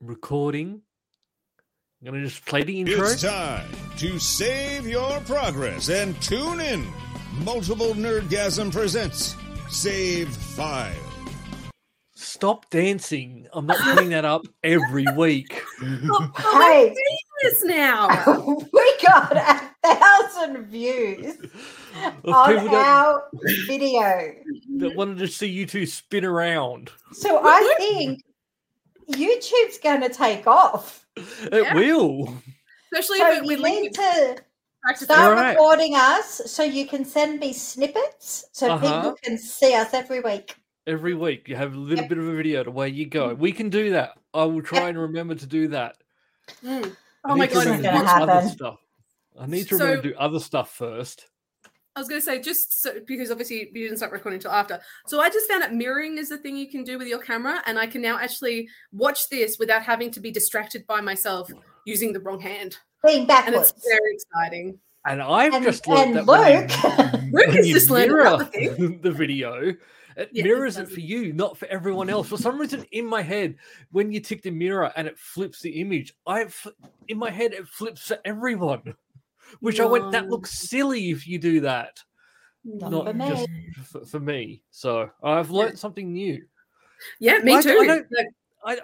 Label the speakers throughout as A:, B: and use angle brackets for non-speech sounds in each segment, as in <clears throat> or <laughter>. A: recording. I'm gonna just play the intro.
B: It's time to save your progress and tune in. Multiple Nerdgasm presents Save File.
A: Stop dancing. I'm not putting that up every week.
C: <laughs> Hey.
D: I'm doing this Oh, now.
C: <laughs> we got a thousand
D: <laughs>
C: views
A: Of
C: on
A: people that-
C: our video.
A: that wanted to see you two spin around.
C: So I think YouTube's going to take off.
A: It
D: Yeah.
A: will.
D: Especially
C: So
D: if it, we
C: you
D: link
C: need
D: it
C: to
D: back to
C: start
A: Right.
C: recording us so you can send me snippets so
A: Uh-huh.
C: people can see us every week.
A: Every week you have a little
C: Yep.
A: bit of a video to where you go. We can do that. I will try and remember to do that.
D: Mm.
A: I
D: Oh my
A: need to
D: God,
A: remember
C: it's
A: to
C: gonna
A: do other
C: happen.
A: stuff. I need to
D: So-
A: remember to do other stuff first.
D: I was going to say, just so, because obviously you didn't start recording until after. So I just found that mirroring is the thing you can do with your camera. And I can now actually watch this without having to be distracted by myself using the wrong hand.
C: Being
D: And it's
C: backwards.
D: very exciting.
A: And I've
C: And-
A: just learned that
C: and
A: when you,
D: Luke <laughs>
A: when
D: has
A: you
D: just learned
A: mirror
D: another
A: <laughs> the video, it
D: Yeah, it
A: mirrors it
D: does.
A: for you, not for everyone else. For some reason, in my head, when you tick the mirror and it flips the image, I f- in my head it flips for everyone. <laughs> Which I went, that
D: No.
A: looks silly if you do that.
D: Mm.
C: Not
A: Not
C: for me.
A: just for, for me. So I've learned something new.
D: Yeah, me
A: I- I
D: too.
A: don't-
D: Like,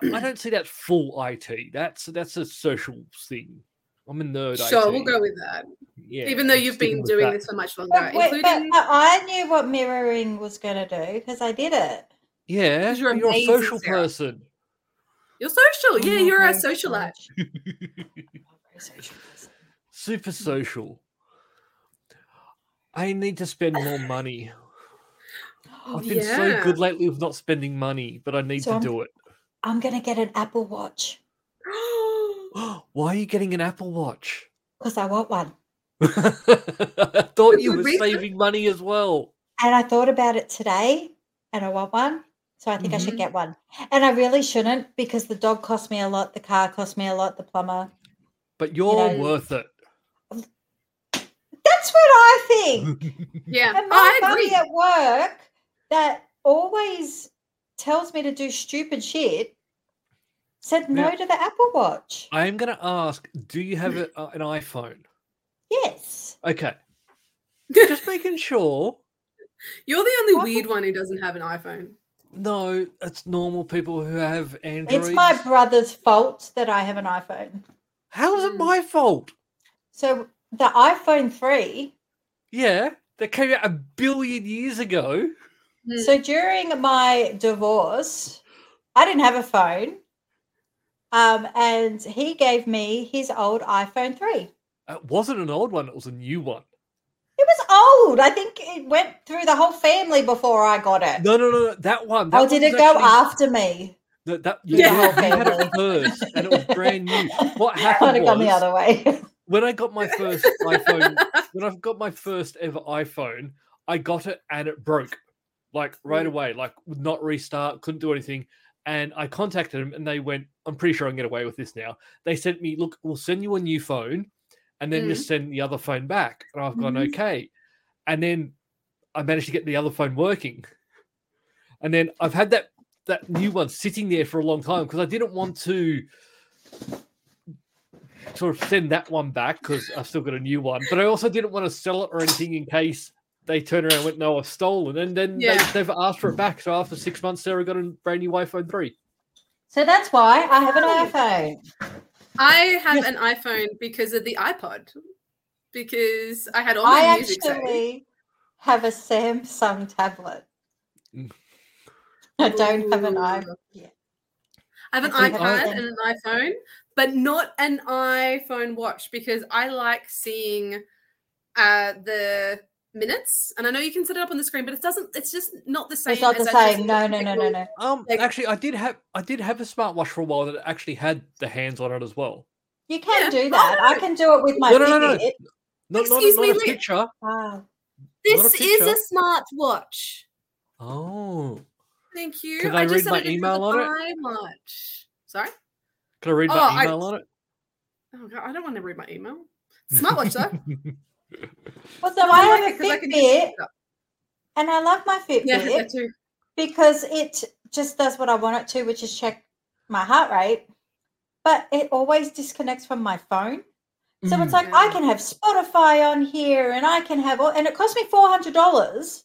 A: I, I don't see that full IT. That's that's a social thing. I'm a nerd.
D: sure,
A: IT.
D: we'll go with that.
A: Yeah,
D: Even though
A: I'm
D: you've
A: sticking
D: been
A: with
D: doing
A: that.
D: this for much longer,
C: But, wait, but
D: including
C: I I knew what mirroring was going to do because I did it.
A: Yeah,
D: 'Cause you're
A: you're, a
D: amazing,
A: social
D: Sarah.
A: person.
D: your social.
C: I'm
D: Oh, Yeah,
C: not
D: you're a
C: very
D: socialite.
C: social. I'm not very social person.
A: super social. I need to spend more money. I've been so
D: Yeah.
A: good lately with not spending money, but I need
C: Oh, So
A: to
C: I'm-
A: do it.
C: <laughs>
A: <gasps>
C: I'm going to get an Apple Watch
A: Why are you getting an Apple Watch? <laughs>
C: because I want one.
A: I thought you
D: Good
A: were
D: reason.
A: saving money as well.
C: And I thought about it today and I want one. So I think I
D: Mhm.
C: should get one. And I really shouldn't because the dog cost me a lot, the car cost me a lot, the plumber.
A: But you're
C: know-
A: worth it.
C: That's what I think.
D: <gasps> <laughs> yeah, Oh,
C: And my
D: I
C: buddy
D: agree.
C: at work that always tells me to do stupid shit said
A: Now-
C: no to the Apple Watch.
A: I am going to ask do you have a, uh, an iPhone?
C: Yes.
A: Okay. Just making sure.
D: You're the only
C: Why-
D: weird one who doesn't have an iPhone.
A: No, it's normal people who have Androids.
C: It's my brother's fault that I have an iPhone.
A: How is it
D: Mm.
A: my fault?
C: So the iPhone 3
A: Yeah, that came out a billion years ago.
D: Mm.
C: So during my divorce, I didn't have a phone. Um, and he gave me his old iPhone 3. It
A: It wasn't an old one, it was a new one.
C: was old. I think it went through the whole family before I got it.
A: No, no, no, no that one. That
C: oh, did
A: one was
C: it go
A: actually-
C: after me?
A: That,
C: <laughs>
A: that,
D: Yeah.
A: yeah, we had it first, and it was brand new.
C: <laughs>
A: What
C: I would
A: happened
C: have gone the
A: was,
C: other way. <laughs>
A: when I got my first iPhone, when I've got my first ever iPhone, I got it and it broke, like right
D: Mm.
A: away, like would not restart, couldn't do anything. And I contacted them, and they went, "I'm pretty sure I can get away with this now." They sent me, "Look, we'll send you a new phone, and then just send the other phone back." And I've gone,
D: Mhm.
A: "Okay," and then I managed to get the other phone working, and then I've had that that new one sitting there for a long time because I didn't want to sort of send that one back because I've still got a new one. But I also didn't want to sell it or anything in case they turn around and went, no, I've stolen. And then
D: Yeah.
A: they, they've asked for it back. So after six months, Sarah got a brand new iPhone 3.
C: So that's why I have an iPhone.
D: I have an iPhone because of the iPod. Because I had all my
C: I
D: music saved.
C: actually have a Samsung tablet.
A: Mm.
C: I don't have an
D: Ooh.
C: iPhone. yet.
D: I have an
C: I think I
D: iPad
C: am.
D: and an iPhone, but not an iPhone watch because I like seeing uh, the minutes. And I know you can set it up on the screen, but it doesn't. It's just not the same.
C: It's not the
D: as actually
C: same.
D: seeing
C: No,
D: the
C: no, no, no,
D: physical-
C: no.
A: Um,
D: Like-
A: actually, I did have I did have a smartwatch for a while that actually had the hands on it as well.
C: You can
D: Yeah.
C: do
D: Oh,
C: that.
D: no, no.
C: I can do it with my
A: No, no, no, no.
C: Fitbit. Um,
A: Not, not, a-
D: Excuse
A: not
D: me,
A: a
D: Luke.
A: picture.
C: Wow.
A: Not a
D: This is a
A: picture.
D: smart watch.
A: Oh,
D: Thank you.
A: Can I read
D: said
A: my
D: it is
A: email
D: a
A: on it?
D: watch. Sorry.
A: can I read
D: Oh,
A: my
D: I-
A: email on it?
D: Oh God, I don't want to read my email. Smartwatch though.
C: Well, so I
D: like
C: have
D: it
C: a
D: 'cause I can
C: Fitbit,
D: just pick it up.
C: and I love my Fitbit
D: Yeah, that too.
C: because it just does what I want it to, which is check my heart rate. but it always disconnects from my phone. So it's
A: Mm.
C: like I can have Spotify on here, and I can have all, and it cost me four hundred dollars,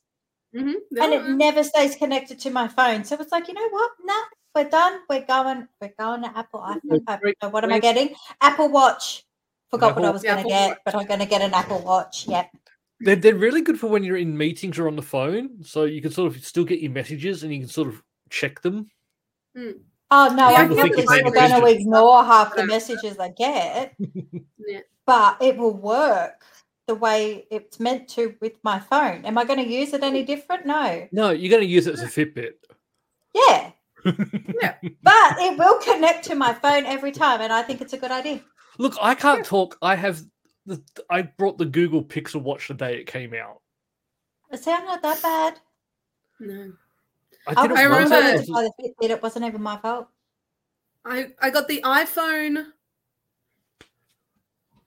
D: Mhm.
C: and it
D: Yeah.
C: never stays connected to my phone. So it's like you know what? Nah, we're done. We're going. We're going to Apple iPhone. I don't know What am I getting? Apple Watch. Forgot what I
A: Apple-
C: was going to
D: Apple
C: get,
D: Watch.
C: but I'm going to get an Apple Watch. Yep.
A: They're, they're really good for when you're in meetings or on the phone, so you can sort of still get your messages and you can sort of check them.
C: Oh no,
D: Yeah,
C: I'm
A: people
C: not
A: think
C: just
A: it's like
C: going to
A: messages.
C: ignore half the
D: Yeah.
C: messages I get.
D: Yeah.
C: But it will work the way it's meant to with my phone. Am I going to use it any different? No.
A: No, you're going to use it as a Fitbit.
C: Yeah.
D: Yeah.
C: But it will connect to my phone every time, and I think it's a good idea.
A: Look, I can't talk. I have the I brought the Google Pixel Watch the day it came out.
C: It sounds not that bad.
D: No.
C: I,
A: didn't want
C: was
D: Oh, remember-
A: it.
C: remember by Oh, the Fitbit, it wasn't even
A: <laughs>
C: my fault.
D: I, I got the iPhone.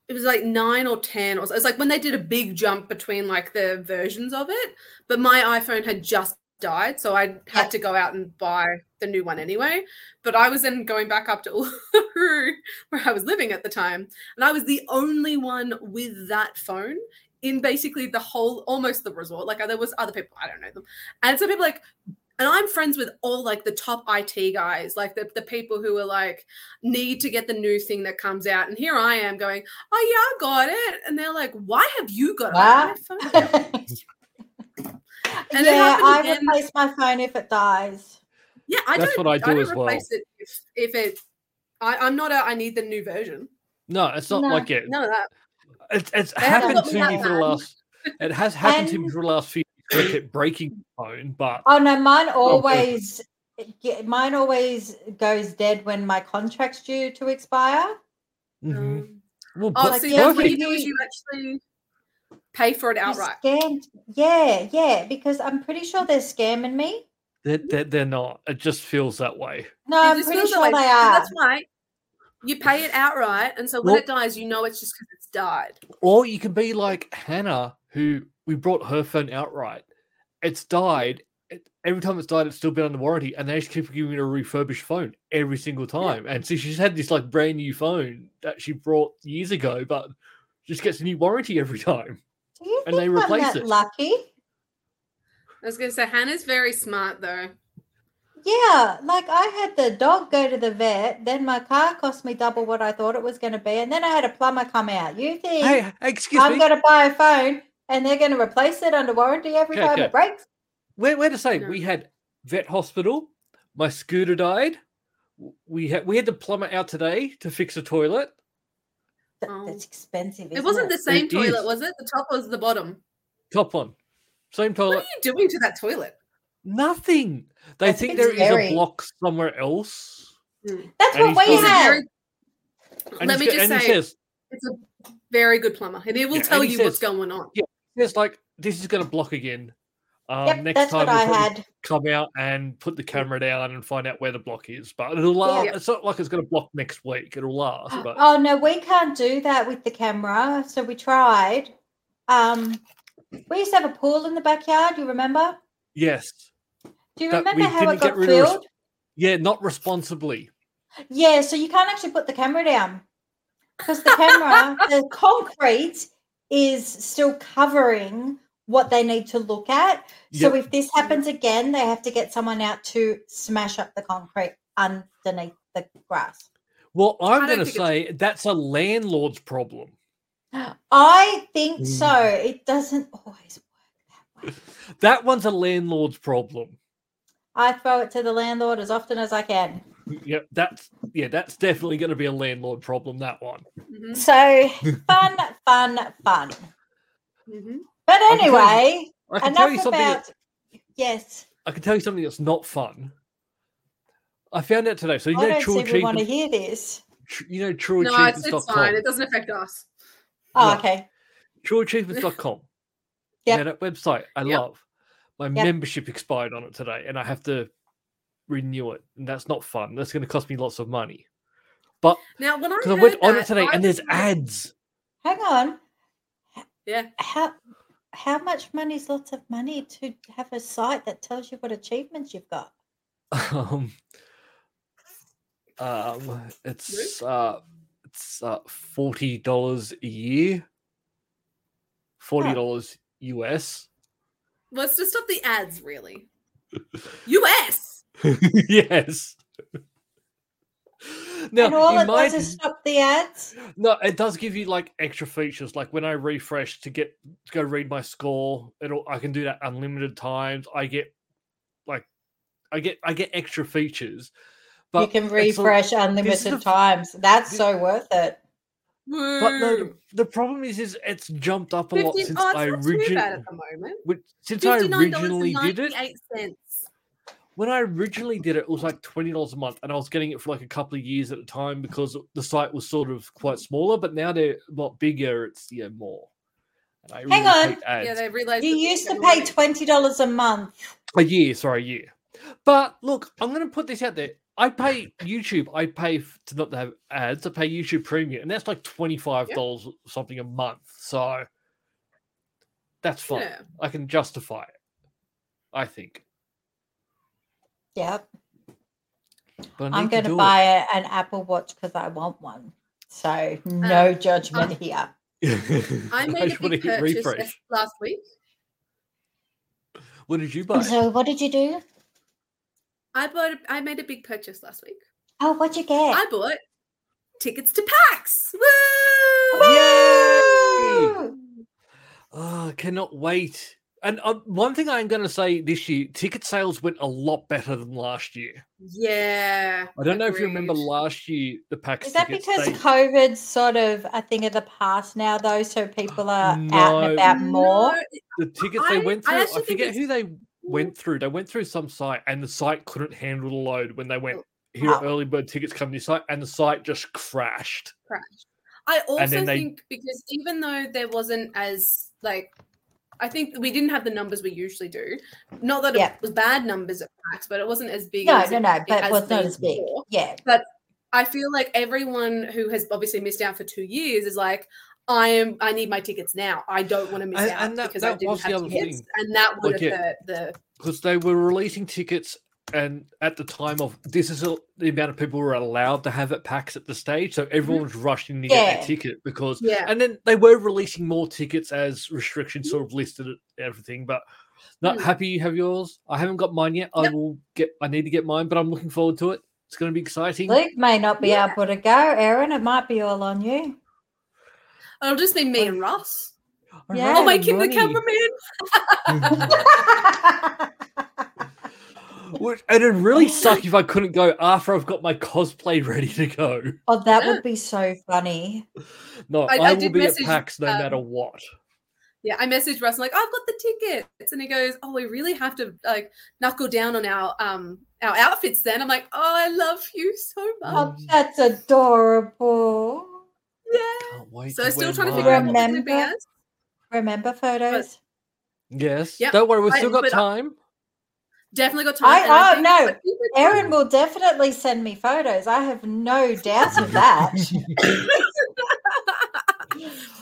D: It was like nine or ten, or so. it's like when they did a big jump between like the versions of it. But my iPhone had just died, so I
C: Yeah.
D: had to go out and buy the new one anyway. But I was then going back up to <laughs> Uluru, where I was living at the time, and I was the only one with that phone in basically the whole, almost the resort. Like uh, there was other people, I don't know them, and so people like and I'm friends with all like the top IT guys, like the, the people who are like need to get the new thing that comes out. And here I am going, oh yeah, I got it. And they're like, why have you got
C: Wow.
D: it? I'm like,
C: yeah,
D: "Phone."
C: <laughs>
D: And it happened
C: I
D: again.
C: replace my phone if it dies.
D: yeah, I
A: That's
D: don't.
A: what I do
D: don't
A: as well.
D: replace it if, if it. I, I'm not a. I need the new version.
A: No, it's not
C: No,
A: like it.
D: None of that.
A: It's, it's
D: They haven't
A: happened
D: got me
A: to me
D: that
A: for the
D: bad.
A: last. It has happened to me
C: And-
A: for the last few. years where I kept breaking my phone, but
C: Oh no, mine
A: Oh, perfect.
C: always it ge- mine always goes dead when my contract's due to expire.
A: Mhm.
D: Um,
A: well,
D: oh,
A: but-
C: like,
D: so
C: yeah,
D: that's what you
C: perfect.
D: do is you actually pay for it
C: You
D: outright.
C: Scammed. Yeah, yeah, because I'm pretty sure they're scamming me.
A: they're, they're, they're not. It just feels that way.
C: No,
D: It
C: I'm
D: just
C: pretty
D: feels that
C: sure
D: way.
C: they
D: So
C: are.
D: That's why you pay it outright, and so when
A: Well-
D: it dies, you know it's just because it's died.
A: Or you can be like Hannah, who we brought her phone outright. It's died. It, every time it's died, it's still been under warranty, and they just keep giving her a refurbished phone every single time. And see, she's had this like brand new phone that she brought years ago, but just gets a new warranty every time.
C: Do you
A: and
C: think
A: they replace
C: I'm that
A: it.
C: lucky?
D: I was gonna say Hannah's very smart though.
C: Yeah, like I had the dog go to the vet, then my car cost me double what I thought it was going to be, and then I had a plumber come out. You think
A: Hey, excuse
C: I'm
A: me.
C: going to buy a phone and they're going to replace it under warranty every
A: Okay,
C: time
A: okay.
C: it breaks?
A: We're, we're the same.
D: No.
A: We had vet hospital. My scooter died. w- We had we had the plumber out today to fix a toilet.
C: That-
D: Oh.
C: That's expensive.
D: It
C: isn't
D: wasn't the same
A: It
D: toilet,
A: is.
D: was it? The top was the bottom.
A: Top one, same
D: What
A: toilet.
D: are you doing to that toilet?
A: Nothing. They
C: That's
A: think
C: been
A: there is
C: scary.
A: a block somewhere else.
C: That's
A: And
C: what
A: he's got-
D: He's
C: we
D: a
C: had.
D: very-
A: And
D: Let
A: he's
D: me
A: go-
D: just
A: and
D: say,
A: he says,
D: it's a very good plumber, and he will
A: Yeah,
D: tell
A: and he
D: you what's
A: says-
D: going on.
A: "It's like this is going to block again." Um,
C: Yep,
A: next
C: that's
A: time
C: what I
A: we'll
C: had.
A: probably come out and put the camera down and find out where the block is. But it'll last.
D: Yeah.
A: It's not like it's going to block next week. It'll last. But
C: Oh no, we can't do that with the camera. So we tried. Um, we used to have a pool in the backyard. You remember?
A: yes,
C: Do you
A: That
C: remember
A: we
C: how
A: didn't
C: it
A: get
C: got
A: rid of res-
C: filled?
A: yeah, not responsibly.
C: Yeah. So you can't actually put the camera down because the
A: <laughs>
C: camera, the concrete, is still covering what they need to look at. So if this happens again, they have to get someone out to smash up the concrete underneath the
A: <gasps>
C: grass.
A: Well, I'm
D: don't
A: going to
D: think it's-
A: say that's a landlord's problem.
C: I think
A: Mm.
C: so. It doesn't always work that way.
A: That one's a landlord's problem.
C: I throw it to the landlord as often as I can.
A: Yeah, that's yeah, that's definitely going to be a landlord problem. That one. Mm.
D: Mhm,
C: So
A: <laughs>
C: fun, fun, fun.
D: mhm.
C: But
A: I can tell you-
C: anyway,
A: I can tell you
C: enough
A: something. that-
C: about yes.
A: I can tell you something that's not fun. I found out today. So you
C: I
A: know,
C: don't
A: true
C: see we want to
A: achievement.
C: hear this.
A: tr- You know, true
D: No, it's, it's fine.
A: achievements.com.
D: It doesn't affect us.
C: Oh,
A: Yeah.
C: okay. <laughs>
A: Trueachievements.com.
C: Yep.
A: Yeah, that website I
D: Yep.
A: love. My
C: Yep.
A: membership expired on it today, and I have to renew it, and that's not fun. That's going to cost me lots of money. But
D: Now, when I,
A: because I
D: heard
A: went on it
D: that,
A: today,
D: I
A: and there's
D: was like,
A: ads. <laughs>
C: Hang on.
D: Yeah.
C: How how much money is lots of money to have a site that tells you what achievements you've got?
A: Um, Um, it's uh, it's uh, forty dollars a year, forty dollars US.
D: Let's just stop the
A: <laughs>
D: ads, really. US.
A: yes. Now,
C: and all
A: you
C: it
A: might-
C: does is stop the ads.
A: No, it does give you like extra features. Like when I refresh to get to go read my score, it'll I can do that unlimited times. I get like I get I get extra features.
C: you can
A: it's a-
C: refresh
A: this is
C: unlimited
A: the-
C: times. That's
A: this-
C: so worth it.
A: But no,
C: Mm.
D: Woo.
A: the problem is, is it's jumped up a
D: 15,
A: lot since
D: oh, it's
A: I
D: not too bad
A: originally
D: at the moment.
A: since I originally did it.
D: $59.98.
A: When I originally did it, it was like twenty dollars a month, and I was getting it for like a couple of years at a time because the site was sort of quite smaller. But now they're a lot bigger. It's yeah more. And I
C: Hang on.
A: hate ads.
D: Yeah, they realized
C: You
D: that they
C: used to
D: were
C: pay
D: winning.
C: twenty dollars a month.
A: A year, sorry, a year. But look, I'm going to put this out there. I pay YouTube. I pay f- to not have ads. I pay YouTube Premium, and that's like twenty five dollars something a month. So that's fine.
D: Yeah.
A: I can justify it. I think.
C: Yep.
A: But I
C: I'm
A: need
C: going
A: do
C: to
A: it.
C: buy a- an Apple Watch because I want one.
D: Uh,
C: So no judgment here.
A: <laughs>
D: I made
A: just
D: a
A: wanna
D: big
A: hit
D: purchase
A: refresh.
D: yes- last week.
A: What did you buy?
C: So what did you do?
D: I bought. A, I made a big purchase last week.
C: Oh, what'd you get?
D: I bought tickets to PAX. Woo!
A: Yay!
C: Woo!
A: Oh, I cannot wait. And uh, one thing I'm going to say this year, ticket sales went a lot better than last year.
D: Yeah.
A: I don't know if you remember
D: agreed.
A: last year the packs.
C: Is that
A: tickets,
C: because
A: they-
C: COVID's sort of a thing of the past now, though? So people are out
A: No.
C: and about more.
D: No,
A: the tickets they
D: I-
A: went
D: I
A: through. I,
D: actually think
A: forget
D: it's- Mm.
A: who they went through. They went through some site, and the site couldn't handle the load when they
D: Mm.
A: went here.
D: Ah.
C: Wow.
A: Early bird tickets come to your site, and the site just crashed.
D: I
A: then
D: also
A: they-
D: think because even though there wasn't as like I think we didn't have the numbers we usually do. Not that
C: Yeah.
D: it was bad numbers at PAX, but it wasn't as big.
C: No,
D: as
C: no,
D: it-
C: no, but
D: has
C: well, it's not
D: been
C: as big.
D: before.
C: Yeah.
D: I feel like everyone who has obviously missed out for two years is like, I am. I need my tickets now. I don't want to miss
A: And-
D: out
A: and that-
D: because I
A: that
D: didn't
A: was the
D: have
A: other
D: tickets,
A: thing.
D: and that would
A: Like,
D: have
A: yeah.
D: hurt the
A: because they were releasing tickets and at the time of this is a, the amount of people were allowed to have at PAX at the stage,
D: Mm-hmm.
A: so everyone was rushing to get
C: Yeah.
A: their ticket because.
D: yeah. Mm-hmm.
A: And then they were releasing more tickets as restrictions sort of listed it- everything, but not
D: Mm.
A: happy you have yours. I haven't got mine yet. I
D: Yep.
A: will get. I need to get mine, but I'm looking forward to it. It's going to be exciting.
C: Luke may not be
D: Yeah.
C: able to go, Aaron. It might be all on you.
D: It'll just be me and Oh, Ross.
A: I
C: Yeah.
D: I'll
A: ran out
D: make
A: of
D: him the
A: money.
D: cameraman.
A: <laughs> Which- and it'd
D: Oh
A: really suck if I couldn't go after I've got my cosplay <laughs> ready to go.
C: <laughs> oh, that would be so funny.
A: No,
D: I-
A: I,
D: I
A: will
D: did
A: be
D: message,
A: at PAX no
D: um,
A: matter what.
D: Yeah, I messaged Russ and like, I've got the tickets, and he goes, "Oh, we really have to like knuckle down on our um our outfits." Then I'm like, "Oh, I love you so much."
C: Oh, that's adorable.
D: Yeah.
A: Can't wait
D: So I'm
A: wear
D: still trying to figure out
A: mine.
D: what we're gonna be
C: Remember?
D: as.
C: Remember photos?
A: Yes.
D: Yep,
A: Don't worry, we've
D: I-
A: still got
D: but I-
A: time.
D: Definitely got time.
C: I-
D: and I
C: oh,
D: think-
C: no.
D: but people don't
C: Aaron will definitely send me photos. I have no doubt of
A: <laughs>
C: that.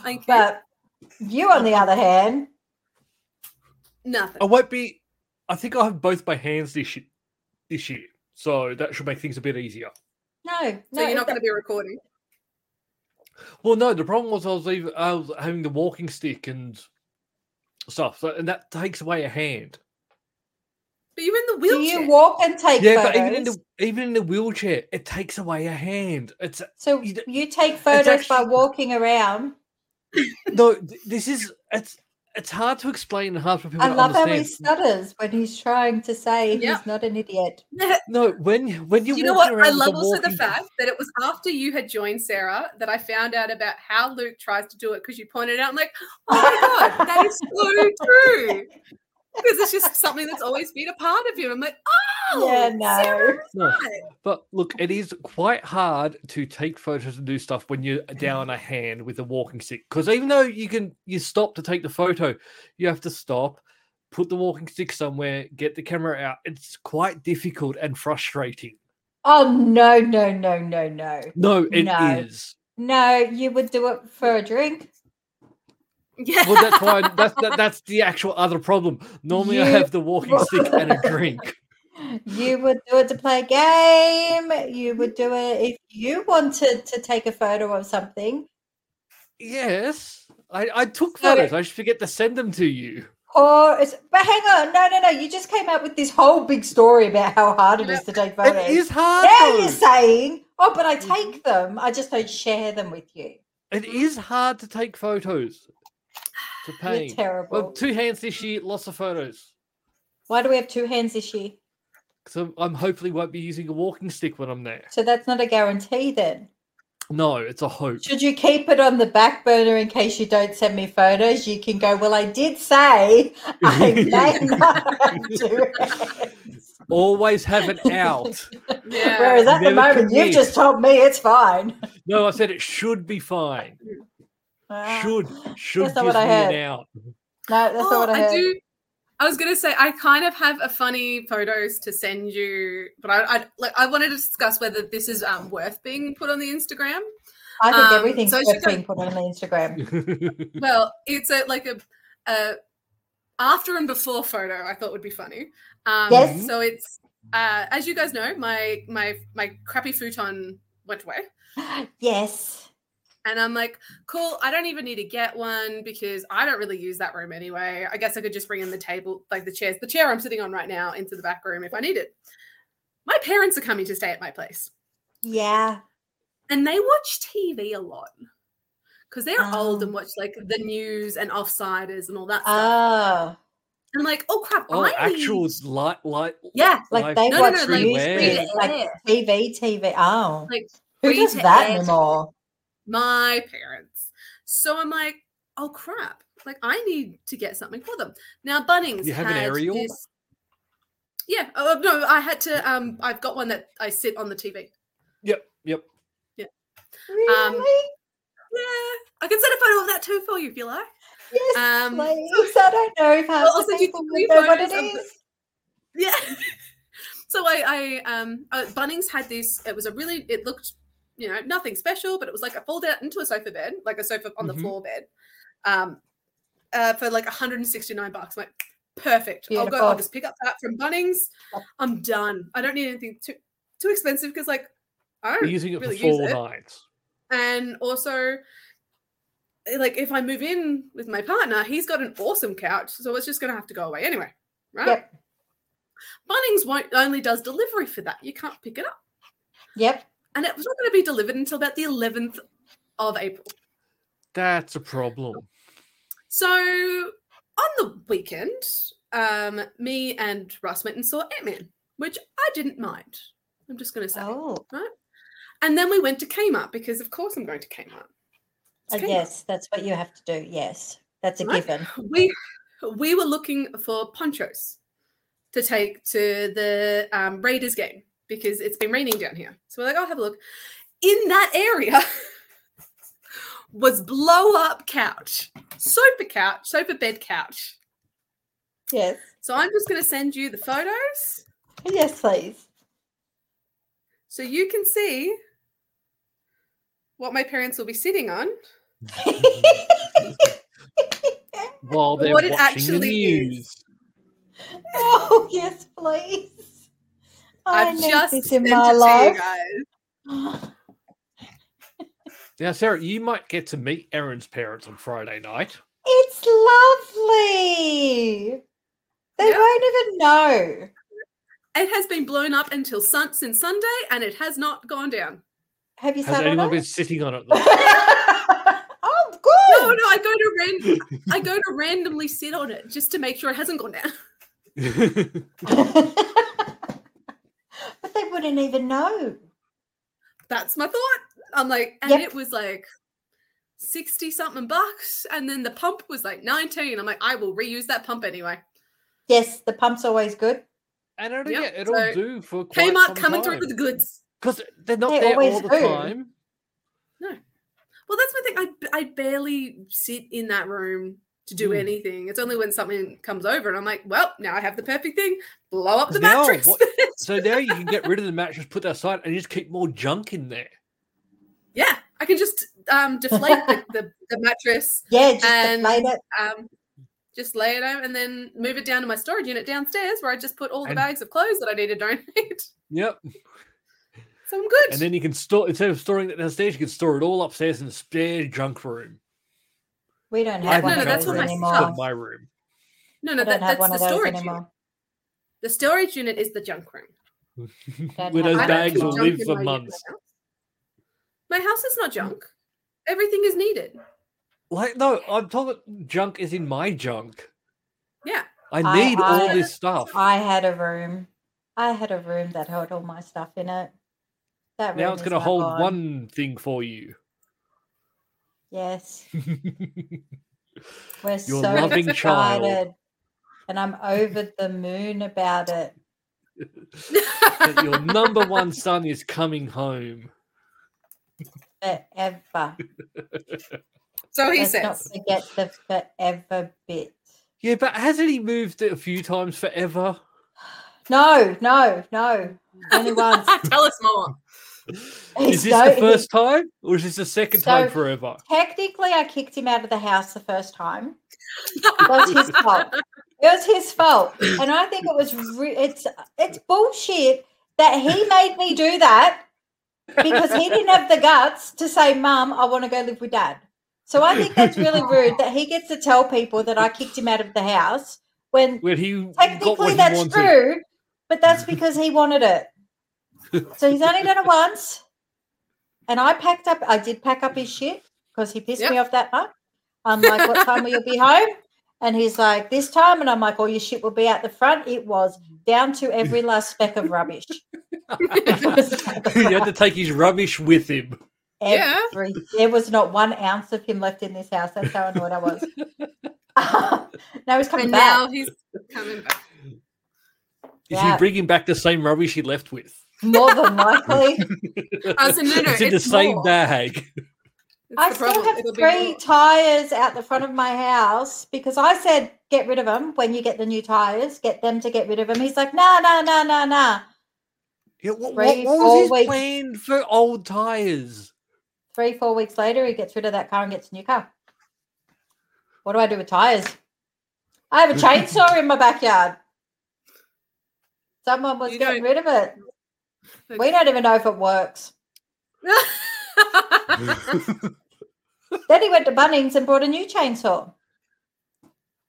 D: think
C: but you, on the other hand,
D: nothing.
C: Oh,
A: I won't be. I think I'll have both my hands this year, this year, so that should make things a bit easier.
C: no, no,
D: so you're not
C: it-
D: going to be recording.
A: Well, no, the problem was I was even I was having the walking stick and stuff, so, and that takes away a hand.
D: But you're in the
C: do
D: wheelchair.
C: you walk and take
A: yeah,
C: photos?
A: but even in the even in the wheelchair, it takes away a hand. It's
C: so
A: you d-
C: you take photos by
A: actually-
C: walking around.
A: no, th- this is it's it's hard to explain and hard for people
C: I
A: to
C: love how he
A: understand.
C: stutters when he's trying to say
D: Yeah.
C: he's not an idiot.
D: <laughs>
A: no, when when
D: Do
A: you
D: you know
A: walking
D: what? I
A: around with a
D: love also the
A: walking-
D: fact that it was after you had joined Sarah that I found out about how Luke tries to do it because you pointed out. I'm like, oh my god, that is so true. <laughs> Because it's just something that's always been a part of you. I'm like, oh,
C: yeah, no.
D: Sarah, <laughs>
A: No,
D: right.
A: But look, it is quite hard to take photos and do stuff when you're down a hand with a walking stick. Because even though you can, you stop to take the photo, you have to stop, put the walking stick somewhere, get the camera out. It's quite difficult and frustrating.
C: Oh no, no, no, no, no.
A: No, it is.
C: No. No, you would do it for a drink.
D: yeah.
A: Well,
C: <laughs>
A: that's why that's that, that's the actual other problem. Normally, I
C: You- <laughs>
A: have the walking stick and a drink.
C: You would do it to play a game. You would do it if you wanted to take a photo of something.
A: Yes, I, I took
C: So-
A: photos. I just forget to send them to you.
C: Or it's, but hang on, no, no, no. You just came up with this whole big story about how hard it is to take photos.
A: It is Mm-hmm. hard.
C: now you're
A: though.
C: saying, oh, but I take them. I just don't share them with you.
A: It is hard to take photos. To
C: You're
A: pain.
C: terrible.
A: Well, two hands this year, lots of photos.
C: Why do we have two hands this year?
A: Because I'm, I'm hopefully won't be using a walking stick when I'm there.
C: So that's not a guarantee then.
A: No, it's a hope.
C: Should you keep it on the back burner in case you don't send me photos? You can go, well, I did say
A: <laughs>
C: I may not have two hands.
A: Always have
D: <laughs>
A: an out.
D: Yeah.
C: Whereas at the
A: Never
C: moment, you've
A: commit.
C: just told me it's fine.
A: No, I said it should be fine.
C: Ah,
A: Should should
C: That's
A: give
C: not
A: me
C: what I
A: an
C: heard.
A: out.
C: No, that's
D: Oh,
C: not what I heard.
D: do. I was gonna say I kind of have a funny photos to send you, but I, I like I wanted to discuss whether this is um, worth being put on the Instagram.
C: I think
D: Um,
C: everything's
D: so I should
C: worth
D: go-
C: being put on the Instagram.
D: Well, it's a like a, a after and before photo. I thought would be funny. Um,
C: Yes.
D: So it's uh, as you guys know, my my my crappy futon went away.
C: Yes.
D: And I'm like, cool, I don't even need to get one because I don't really use that room anyway. I guess I could just bring in the table, like the chairs, the chair I'm sitting on right now into the back room if I need it. My parents are coming to stay at my place
C: Yeah.
D: and they watch TV a lot because they're old
C: Oh.
D: and watch like the news and offsiders and all that stuff.
C: Oh,
D: And like, oh crap,
A: <laughs> oh,
D: I
A: actual light light.
D: Yeah.
C: like
A: Live
C: they
D: No, no,
C: watch
D: no, like,
C: news
A: free
C: feeds,
D: to
C: Oh, like
D: air.
C: TV, TV. Oh,
D: Like,
C: who
D: free
C: does
D: to
C: that
D: air.
C: anymore?
D: my parents. So I'm like, oh crap. Like I need to get something for them. Now Bunnings
A: You have an
D: had
A: aerial?
D: this- Yeah. Oh no, I had to um I've got one that I sit on the TV.
A: Yep, yep.
D: Um,
C: Really?
D: Yeah. I can send a photo of that too for you if you like.
C: yes,
D: Um
C: please. I don't know if half
D: Well, I'll
C: the
D: send you
C: people
D: three
C: would know what it
D: photos of the-
C: is.
D: Yeah. <laughs> so I, I um uh, Bunnings had this. It was a really. It looked, you know, nothing special, but it was like a fold out into a sofa bed, like a sofa on
A: Mhm.
D: the floor bed, um, uh, for like 169 bucks. I'm like perfect. I'll go.
C: Beautiful.
D: I'll just pick up that from Bunnings. I'm done. I don't need anything too too expensive because like I
A: We're
D: don't
A: using it
D: really
A: for
D: use
A: four
D: it.
A: nights.
D: and also eh, like if I move in with my partner, he's got an awesome couch, so it's just gonna have to go away anyway, right?
C: Yep.
D: Bunnings won't only does delivery for that. You can't pick it up,
C: Yep.
D: and it was not going to be delivered until about the eleventh of April.
A: That's a problem.
D: So on the weekend, um, me and Russ went and saw Ant Man, which I didn't mind. I'm just going to say.
C: Oh,
D: And then we went to Kmart because, of course, I'm going to Kmart. It's
C: uh,
D: Kmart.
C: yes, that's what you have to do. Yes, that's a
D: Right.
C: given.
D: we we were looking for ponchos to take to the um, Raiders game because it's been raining down here. So we're like, oh, have a look. In that area <laughs> was blow up couch, sofa couch, sofa bed couch.
C: Yes.
D: So I'm just going to send you the photos
C: Yes, please.
D: so you can see what my parents will be sitting on.
C: Mm-hmm.
A: While they're
D: What it
A: watching the
D: actually is.
A: news.
C: <laughs> oh, yes, please. I
D: I've
C: need
D: just
C: this
D: sent
C: in
D: it
C: my
D: to
C: life.
D: you guys.
A: Now, Sarah, you might get to meet Aaron's parents on Friday night.
C: <gasps> It's lovely. They
D: Yeah.
C: won't even know.
D: It has been blown up until sun- since Sunday, and it has not gone down.
C: Have you
A: Has
C: sat on
A: anyone
C: <laughs> it?
A: been sitting on it? though?
C: oh,
D: No, <laughs>
C: good.
D: no, I go to ran- I go to randomly sit on it just to make sure it hasn't gone down. <laughs>
A: <laughs>
C: <laughs> but they wouldn't even know.
D: That's my thought. I'm like, and
C: Yep.
D: it was like sixty something bucks, and then the pump was like nineteen. I'm like, I will reuse that pump anyway.
C: Yes, the pump's always good.
A: and it'll,
D: Yep,
A: yeah, it'll
D: so
A: do for quite
D: Kmart
A: some
D: coming
A: time.
D: through with the goods.
A: because they're not
C: They
A: there all
C: always
A: the
C: do.
A: time.
D: Well, that's my thing. I I barely sit in that room to do
A: Mm.
D: anything. It's only when something comes over, and I'm like, well, now I have the perfect thing. Blow up the
A: Now
D: mattress.
A: what- So now you can get rid of the mattress, put that aside, and just keep more junk in there.
D: <laughs> yeah, I can just um, deflate the, the, the mattress.
C: Yeah, just
D: And-
C: deflate it.
D: Um, just lay it over and then move it down to my storage unit downstairs where I just put all the
A: And-
D: bags of clothes that I need to donate. <laughs>
A: Yep.
D: so I'm good.
A: And then you can store instead of storing it downstairs, you can store it all upstairs in the spare junk room.
C: We don't
D: Yeah,
C: have
D: no,
C: one
D: no,
C: of
D: that's
C: those
D: what my
C: anymore.
D: stuff-
A: in my room.
D: no,
C: We
D: no,
C: don't
D: that,
C: have
D: that's
C: one
D: the
C: of those
D: storage unit.
C: anymore.
D: The storage unit is the junk room.
A: <laughs>
C: Don't
A: Where those
C: have one
D: I
C: of
D: don't
A: bags
D: keep
A: will
D: junk
A: live
D: in
A: for
D: my unit,
A: months.
D: my house. My house is not junk. Everything is needed.
A: Like no, I'm talking junk is in my junk.
D: Yeah.
A: I
C: I-
A: need all
C: I-
A: this stuff.
C: I had a room. I had a room that held all my stuff in it. That
A: now
C: room
A: it's
C: is
A: going to
C: now
A: hold
C: gone.
A: one thing for you. <laughs>
C: Yes,
A: You're
C: we're so
A: loving
C: excited,
A: child.
C: and I'm over the moon about it.
A: That your number one son is coming home.
C: Forever.
D: <laughs> so he
C: Let's not
D: says.
C: forget the forever bit.
A: Yeah, but hasn't he moved it a few times forever?
C: No, no, no. Only once.
D: <laughs> Tell us more.
A: Is
C: He's
A: this
C: so-
A: the first time, or is this the second
C: so-
A: time forever?
C: Technically, I kicked him out of the house the first time. It was his fault. It was his fault, and I think it was. Re- it's it's bullshit that he made me do that because he didn't have the guts to say, "Mum, I want to go live with Dad." So I think that's really rude that he gets to tell people that I kicked him out of the house when
A: When he got what
C: Technically,
A: he
C: that's
A: wanted. <laughs>
C: true, but that's because he wanted it. So he's only done it once. And I packed up, I did pack up his shit because he pissed me off that much. I'm like, what time will you be home? And he's like, this time. And I'm like, all your shit will be out the front. It was down to
A: <laughs>
C: every last speck of rubbish.
A: he had to take his rubbish with him.
D: <laughs> Yeah.
C: Every- There was not one ounce of him left in this house. That's how annoyed I was. <laughs> now he's coming
D: And
C: back.
D: now he's coming back.
A: Is
C: Yeah.
A: he bringing back the same rubbish he left with?
D: <laughs>
C: More than likely.
A: <laughs>
D: I was in, Oh, no, no,
A: it's in the
D: it's
A: same
D: more.
A: bag.
D: It's
C: I
D: the
C: still
D: problem.
C: have
D: It'll be
C: three
D: more.
C: tires out the front of my house because I said, get rid of them when you get the new tires, get them to get rid of them. He's like, nah, nah, nah, nah, nah.
A: Yeah, what, what,
C: Three,
A: what
C: four
A: was his
C: weeks.
A: plan for old tires?
C: Three, four weeks later, he gets rid of that car and gets a new car. What do I do with tires?
D: <laughs>
C: I have a chainsaw in my backyard. Someone was
D: You
C: getting rid of it. We don't even know if it works.
A: <laughs>
C: Then he went to Bunnings and bought a new chainsaw.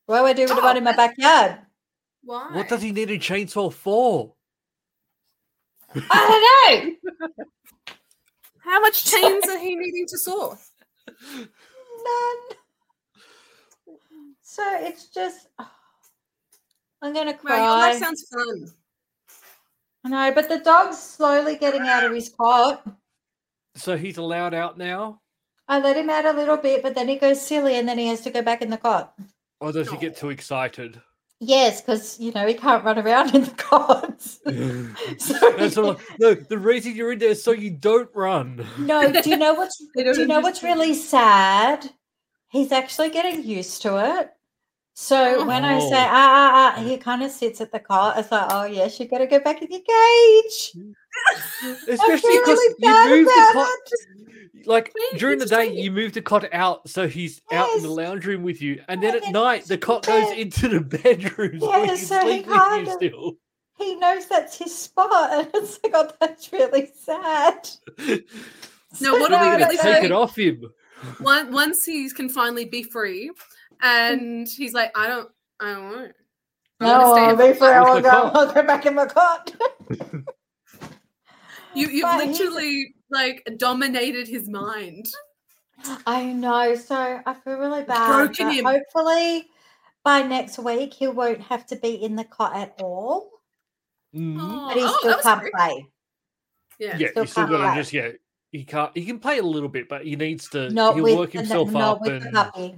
C: What do I do with the one
D: <laughs>
C: in my backyard?
D: <laughs> Why?
A: What does he need a chainsaw for?
C: I don't know.
D: How
A: <laughs>
D: much chains are he needing to saw?
C: None. So it's just, I'm
D: Wow,
C: gonna
D: your
C: cry.
D: life sounds fun.
C: no, but the dog's slowly getting out of his cot.
A: So he's allowed out now,
C: I let him out a little bit, but then he goes silly, and then he has to go back in the cot.
A: or does he get too excited?
C: Yes, because you know he can't run around in the <laughs>
A: <laughs>
C: cot. so
A: That's
C: he-
A: all. No, the reason you're in there is so you don't run.
C: no, do you know what's
D: <laughs> They
C: do you
D: don't
C: know what's really sad? He's actually getting used to it. So when I say
A: Oh.
C: ah ah ah, he kind of sits at the cot. It's like, oh yes, you got to go back in your cage.
A: Especially because
C: really
A: you
C: bad
A: move the
C: about
A: cot. Like
D: Please,
A: during the
D: just
A: day,
D: take it.
A: you move the cot out so he's out in the
C: Yes.
A: lounge room with you, and
C: Yeah,
A: then at
C: then
A: night
C: he's
A: the
C: in
A: cot goes
C: bed.
A: into the <laughs> bedroom.
C: Yeah,
A: can
C: so he
A: sleep with
C: kind
A: you
C: of-
A: still.
C: he knows that's his spot, <laughs> and it's like, oh, that's really
D: <laughs>
C: sad.
D: No, what do we
C: now
A: You're gonna
D: really
C: that's
A: take
D: say?
A: it off him.
D: One, once he can finally be free, and he's like, I don't, I don't want. it. I wanna
C: No,
D: stay
C: I'll
D: in the
C: be free.
D: cot."
A: With
C: I'll
A: the
C: go,
D: <laughs>
A: cot.
C: I'll go back in my cot.
D: You, you've
C: But he's-
D: literally like dominated his mind.
C: <laughs> I know. So I feel really bad.
D: broken
C: but
D: him.
C: Hopefully, by next week, he won't have to be in the cot at all.
A: Mhm.
D: Aw,
C: But he
D: oh,
C: still
D: that was
C: can't
D: great.
C: play.
D: Yeah.
A: Yeah,
C: Still
A: you still
C: can't
A: got to
C: play.
A: just yeah. He can't. He can play a little bit, but he needs to.
C: Not
A: he'll
C: with,
A: work
C: the-
A: himself
C: not
A: up
C: with the
A: and
C: puppy.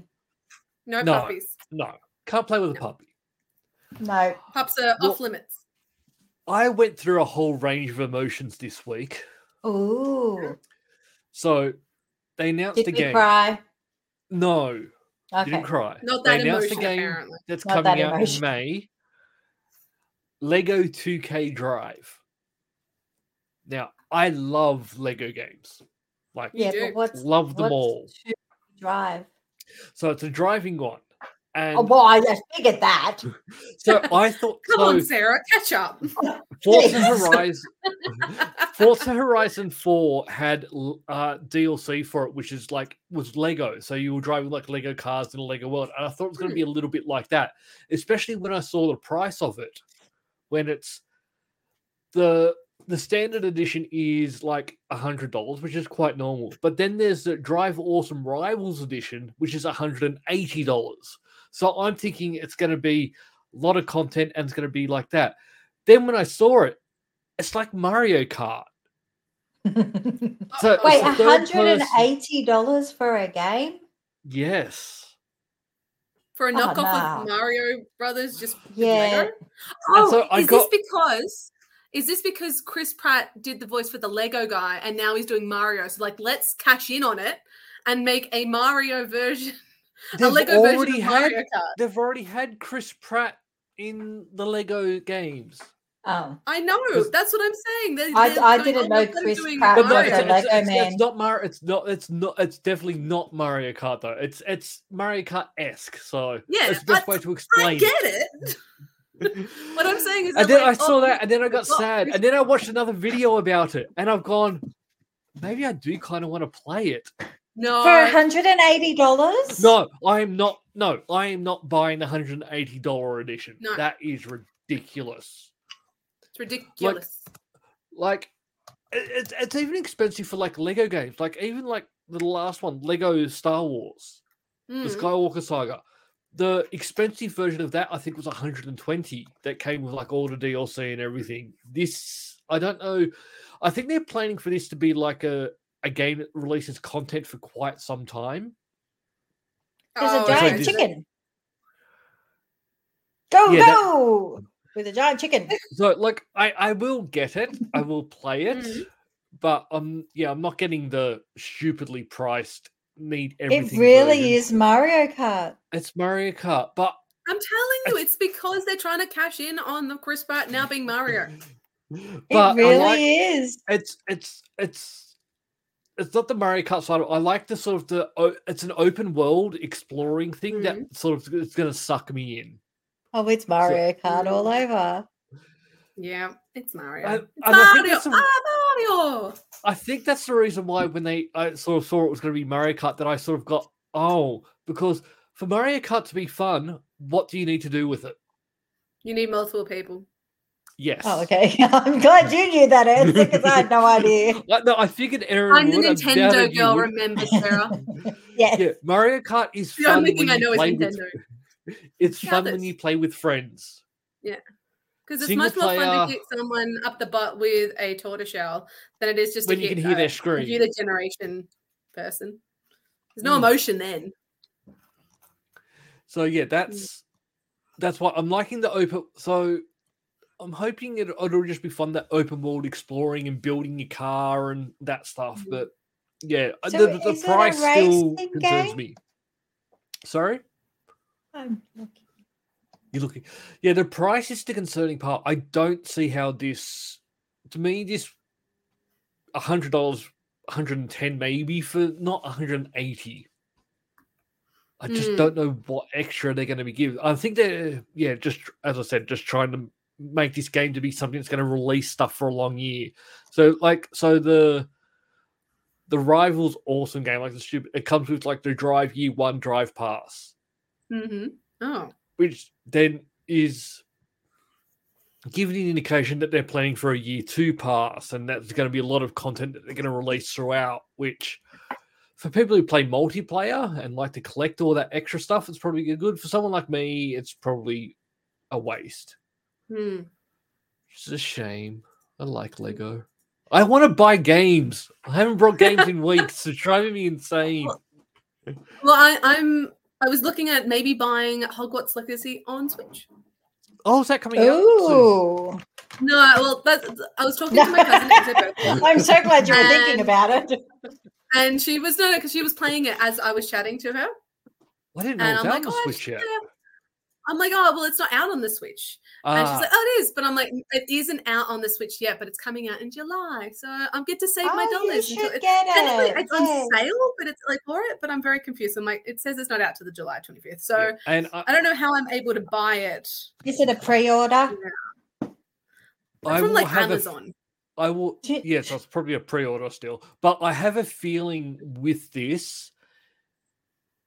D: No,
A: No.
D: puppies.
A: no, can't play with a puppy.
C: No.
D: Pups are
A: Well-
D: off limits.
A: I went through a whole range of emotions this week.
C: Ooh.
A: So they announced
C: Did
A: the
C: we
A: game.
C: cry?
A: No,
C: Okay.
A: didn't cry.
D: Not
A: they
D: that
A: announced
D: emotion,
A: the game
D: apparently.
A: that's
C: Not that
A: coming out in
C: emotion.
A: May. Lego 2K Drive. Now, I love Lego games. Like
D: You
C: Yeah,
D: do.
C: but what's
A: love them
C: what's
A: all.
C: to drive?
A: So it's a driving one. And
C: Oh, well, I, I figured that. <laughs>
A: so I thought,
D: Come
A: so
D: on, Sarah, catch up.
A: Forza
C: Yes.
A: Horizon, Forza Horizon Four had l- uh, DLC for it, which is like was Lego. So you were driving like Lego cars in a Lego world, and I thought it was going to be a little bit like that, especially when I saw the price of it. When it's the the standard edition is like a hundred dollars, which is quite normal. But then there's the Drive Awesome Rivals edition, which is hundred and eighty dollars. So I'm thinking it's going to be a lot of content, and it's going to be like that. Then when I saw it, it's like Mario Kart.
C: Wait,
A: So it's
D: Wait,
A: a third person-
C: $180 for a game?
A: Yes.
D: For a
C: Oh,
D: knockoff
C: no.
D: of Mario Brothers, just with
C: Yeah.
D: Lego? Oh,
A: so I
D: is
A: got-
D: this because? Is this because Chris Pratt did the voice for the Lego guy and now he's doing Mario? So like, let's cash in on it and make a Mario version, a
A: They've
D: Lego version
A: already
D: of
A: had
D: Mario Kart.
A: they've already had Chris Pratt in the Lego games.
C: Oh,
D: I know.
A: Because-
D: That's what I'm saying. They-
C: I-
D: they're
C: I
D: going,
C: didn't
D: "Oh,
C: know
D: look, I'm
C: Chris
D: doing
C: Pratt
A: But no,
C: Mario.
A: it's, it's,
C: Lego
A: it's- it's
C: Man.
A: not Mario it's not it's not it's definitely not Mario Kart though. It's it's Mario Kart esque, so
D: Yeah,
A: it's the best
D: I-
A: way to
D: I
A: explain
D: get it. <laughs> What I'm saying is,
A: and
D: they're
A: then I
D: like,
A: saw
D: "Oh,
A: that, and then I
D: we've
A: got sad,
D: Chris
A: and then I watched another video about it, and I've gone, maybe I do kind of want to play it.
D: No,
C: for
A: Uh,
C: $180?
A: No, I am not. No, I am not buying the hundred and eighty dollar edition.
D: No.
A: That is ridiculous.
D: it's ridiculous.
A: Like, it, it's it's even expensive for like Lego games. Like even like the last one, Lego Star Wars, the
D: Mm.
A: Skywalker Saga. The expensive version of that, I think, was one hundred and twenty. That came with like all the DLC and everything. This, I don't know. I think they're planning for this to be like a a game that releases content for quite some time.
C: There's
D: Oh,
C: a
A: like
C: giant
A: this-
C: chicken. Go,
A: Yeah, that-
C: go! With a giant chicken.
A: So like I I will get it. I will play it.
C: Mm-hmm.
D: Mhm.
A: But um yeah, I'm not getting the stupidly priced need
C: It
A: everything.
C: really
A: version.
C: is Mario Kart.
A: It's Mario Kart, but
D: I'm telling you, it's because they're trying to cash in on the Chris Pratt now being Mario.
A: but I
C: it really
A: like-
C: is.
A: it's it's it's it's not the Mario Kart side. of- I like the sort of the o- it's an open world exploring thing
C: Mm-hmm.
A: that sort of it's going to suck me in.
C: Oh, it's Mario Kart
A: <laughs>
C: all over.
D: Yeah, it's Mario.
A: I-
D: It's
A: and I think
D: Mario.
A: that's a-
D: Ah, Mario.
A: I think that's the reason why when they I sort of saw it was going to be Mario Kart that I sort of got oh because for Mario Kart to be fun, what do you need to do with it?
D: You need multiple people.
A: Yes.
C: Oh, okay. <laughs> I'm glad you knew that
A: <laughs>
C: answer because I had no idea.
A: Like, Uh, no, I figured Aaron
D: I'm the
A: would. I doubted
D: Nintendo
A: you
D: girl,
A: would.
D: <laughs> remember, Sarah?
C: Yes.
A: Yeah, Mario Kart is
D: the
A: fun.
D: only
A: when
D: thing I
A: you
D: know is
A: play with-
D: Nintendo.
A: It's
D: Yeah,
A: fun when
D: that's-
A: you play with friends.
D: Because it's
A: Single
D: much more fun to
A: player-
D: kick someone up the butt with a tortoiseshell than it is just
A: When
D: to
A: you
D: hit
A: can hear
D: a
A: their scream.
D: computer generation person. There's no
A: Mm.
D: emotion then.
A: So
D: Mm.
A: yeah, that's that's what I'm liking the open. So I'm hoping it, it'll just be fun that open world exploring and building your car and that stuff.
D: Mhm.
A: But yeah, uh,
C: So
A: the, the- the
C: is it a
A: price still
C: racing
A: concerns
C: game?
A: me. Sorry.
C: I'm lucky.
A: You're looking, yeah. The price is the concerning part. I don't see how this, to me, this hundred dollars, hundred and ten maybe for not hundred and eighty. I just
D: Mm.
A: don't know what extra they're going to be giving. I think they're yeah, just tr- as I said, just trying to make this game to be something that's going to release stuff for a long year. So like, so the the rivals awesome game like the stupid. It comes with like the drive year one drive pass
D: Mm-hmm. Oh,
A: which then is giving an indication that they're planning for a year two pass, and that's going to be a lot of content that they're going to release throughout. Which, for people who play multiplayer and like to collect all that extra stuff, it's probably good. For someone like me, it's probably a waste.
D: hmm.
A: It's a shame. I like Lego. I want to buy games. I haven't brought games
D: <laughs>
A: in weeks. So driving me insane.
D: well, I, I'm. I was looking at maybe buying Hogwarts Legacy on Switch.
A: Oh, is that coming out? soon?
C: Ooh.
D: No, well, that's. I was talking to my
C: <laughs>
D: cousin. it was her birthday.
C: I'm so glad you were thinking about it.
D: And she was no, because she was playing it as I was chatting to her,
A: I didn't know it
D: and
A: was out
D: I'm like,
A: on the
D: oh,
A: Switch
D: actually,
A: yet.
D: yeah. I'm like, oh, well, it's not out on the Switch. and she's
A: Ah,
D: like, oh, it is. But I'm like, it isn't out on the Switch yet, but it's coming out in July. So I'm good to save my
C: Oh, you
D: dollars.
C: should
D: it's,
C: get
D: technically,
C: it.
D: it's on
C: yeah.
D: sale, but it's like for it. But I'm very confused. I'm like, it says it's not out to the July 25th. So
A: yeah. and I,
D: I don't know how I'm able to buy it
C: Is it a pre-order?
A: I
D: from
A: will
D: like
A: have a-
D: Amazon.
A: I
D: <laughs>
A: will.
C: Do-
A: Yes, that's probably a pre-order still. But I have a feeling with this,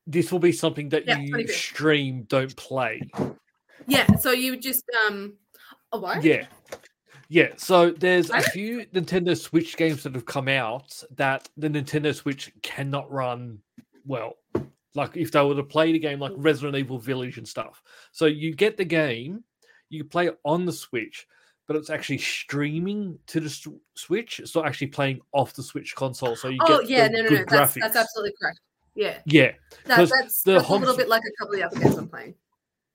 A: this will be something that
D: Yeah,
A: you
D: 25th.
A: stream, don't play.
D: yeah. So you just um. Oh, what?
A: Yeah. Yeah, so there's
D: I
A: a
D: don't-
A: few Nintendo Switch games that have come out that the Nintendo Switch cannot run well. Like if they were to play the game like Resident Evil Village and stuff. So you get the game, you play it on the Switch, but it's actually streaming to the s- Switch. It's not actually playing off the Switch console. So you
D: Oh,
A: get
D: yeah.
A: the
D: No, no, no.
A: good
D: That's,
A: graphics.
D: that's absolutely correct. Yeah.
A: yeah,
D: That,
A: 'Cause
D: that's
A: the
D: that's a
A: Hobbs-
D: little bit like a couple of the other games I'm playing.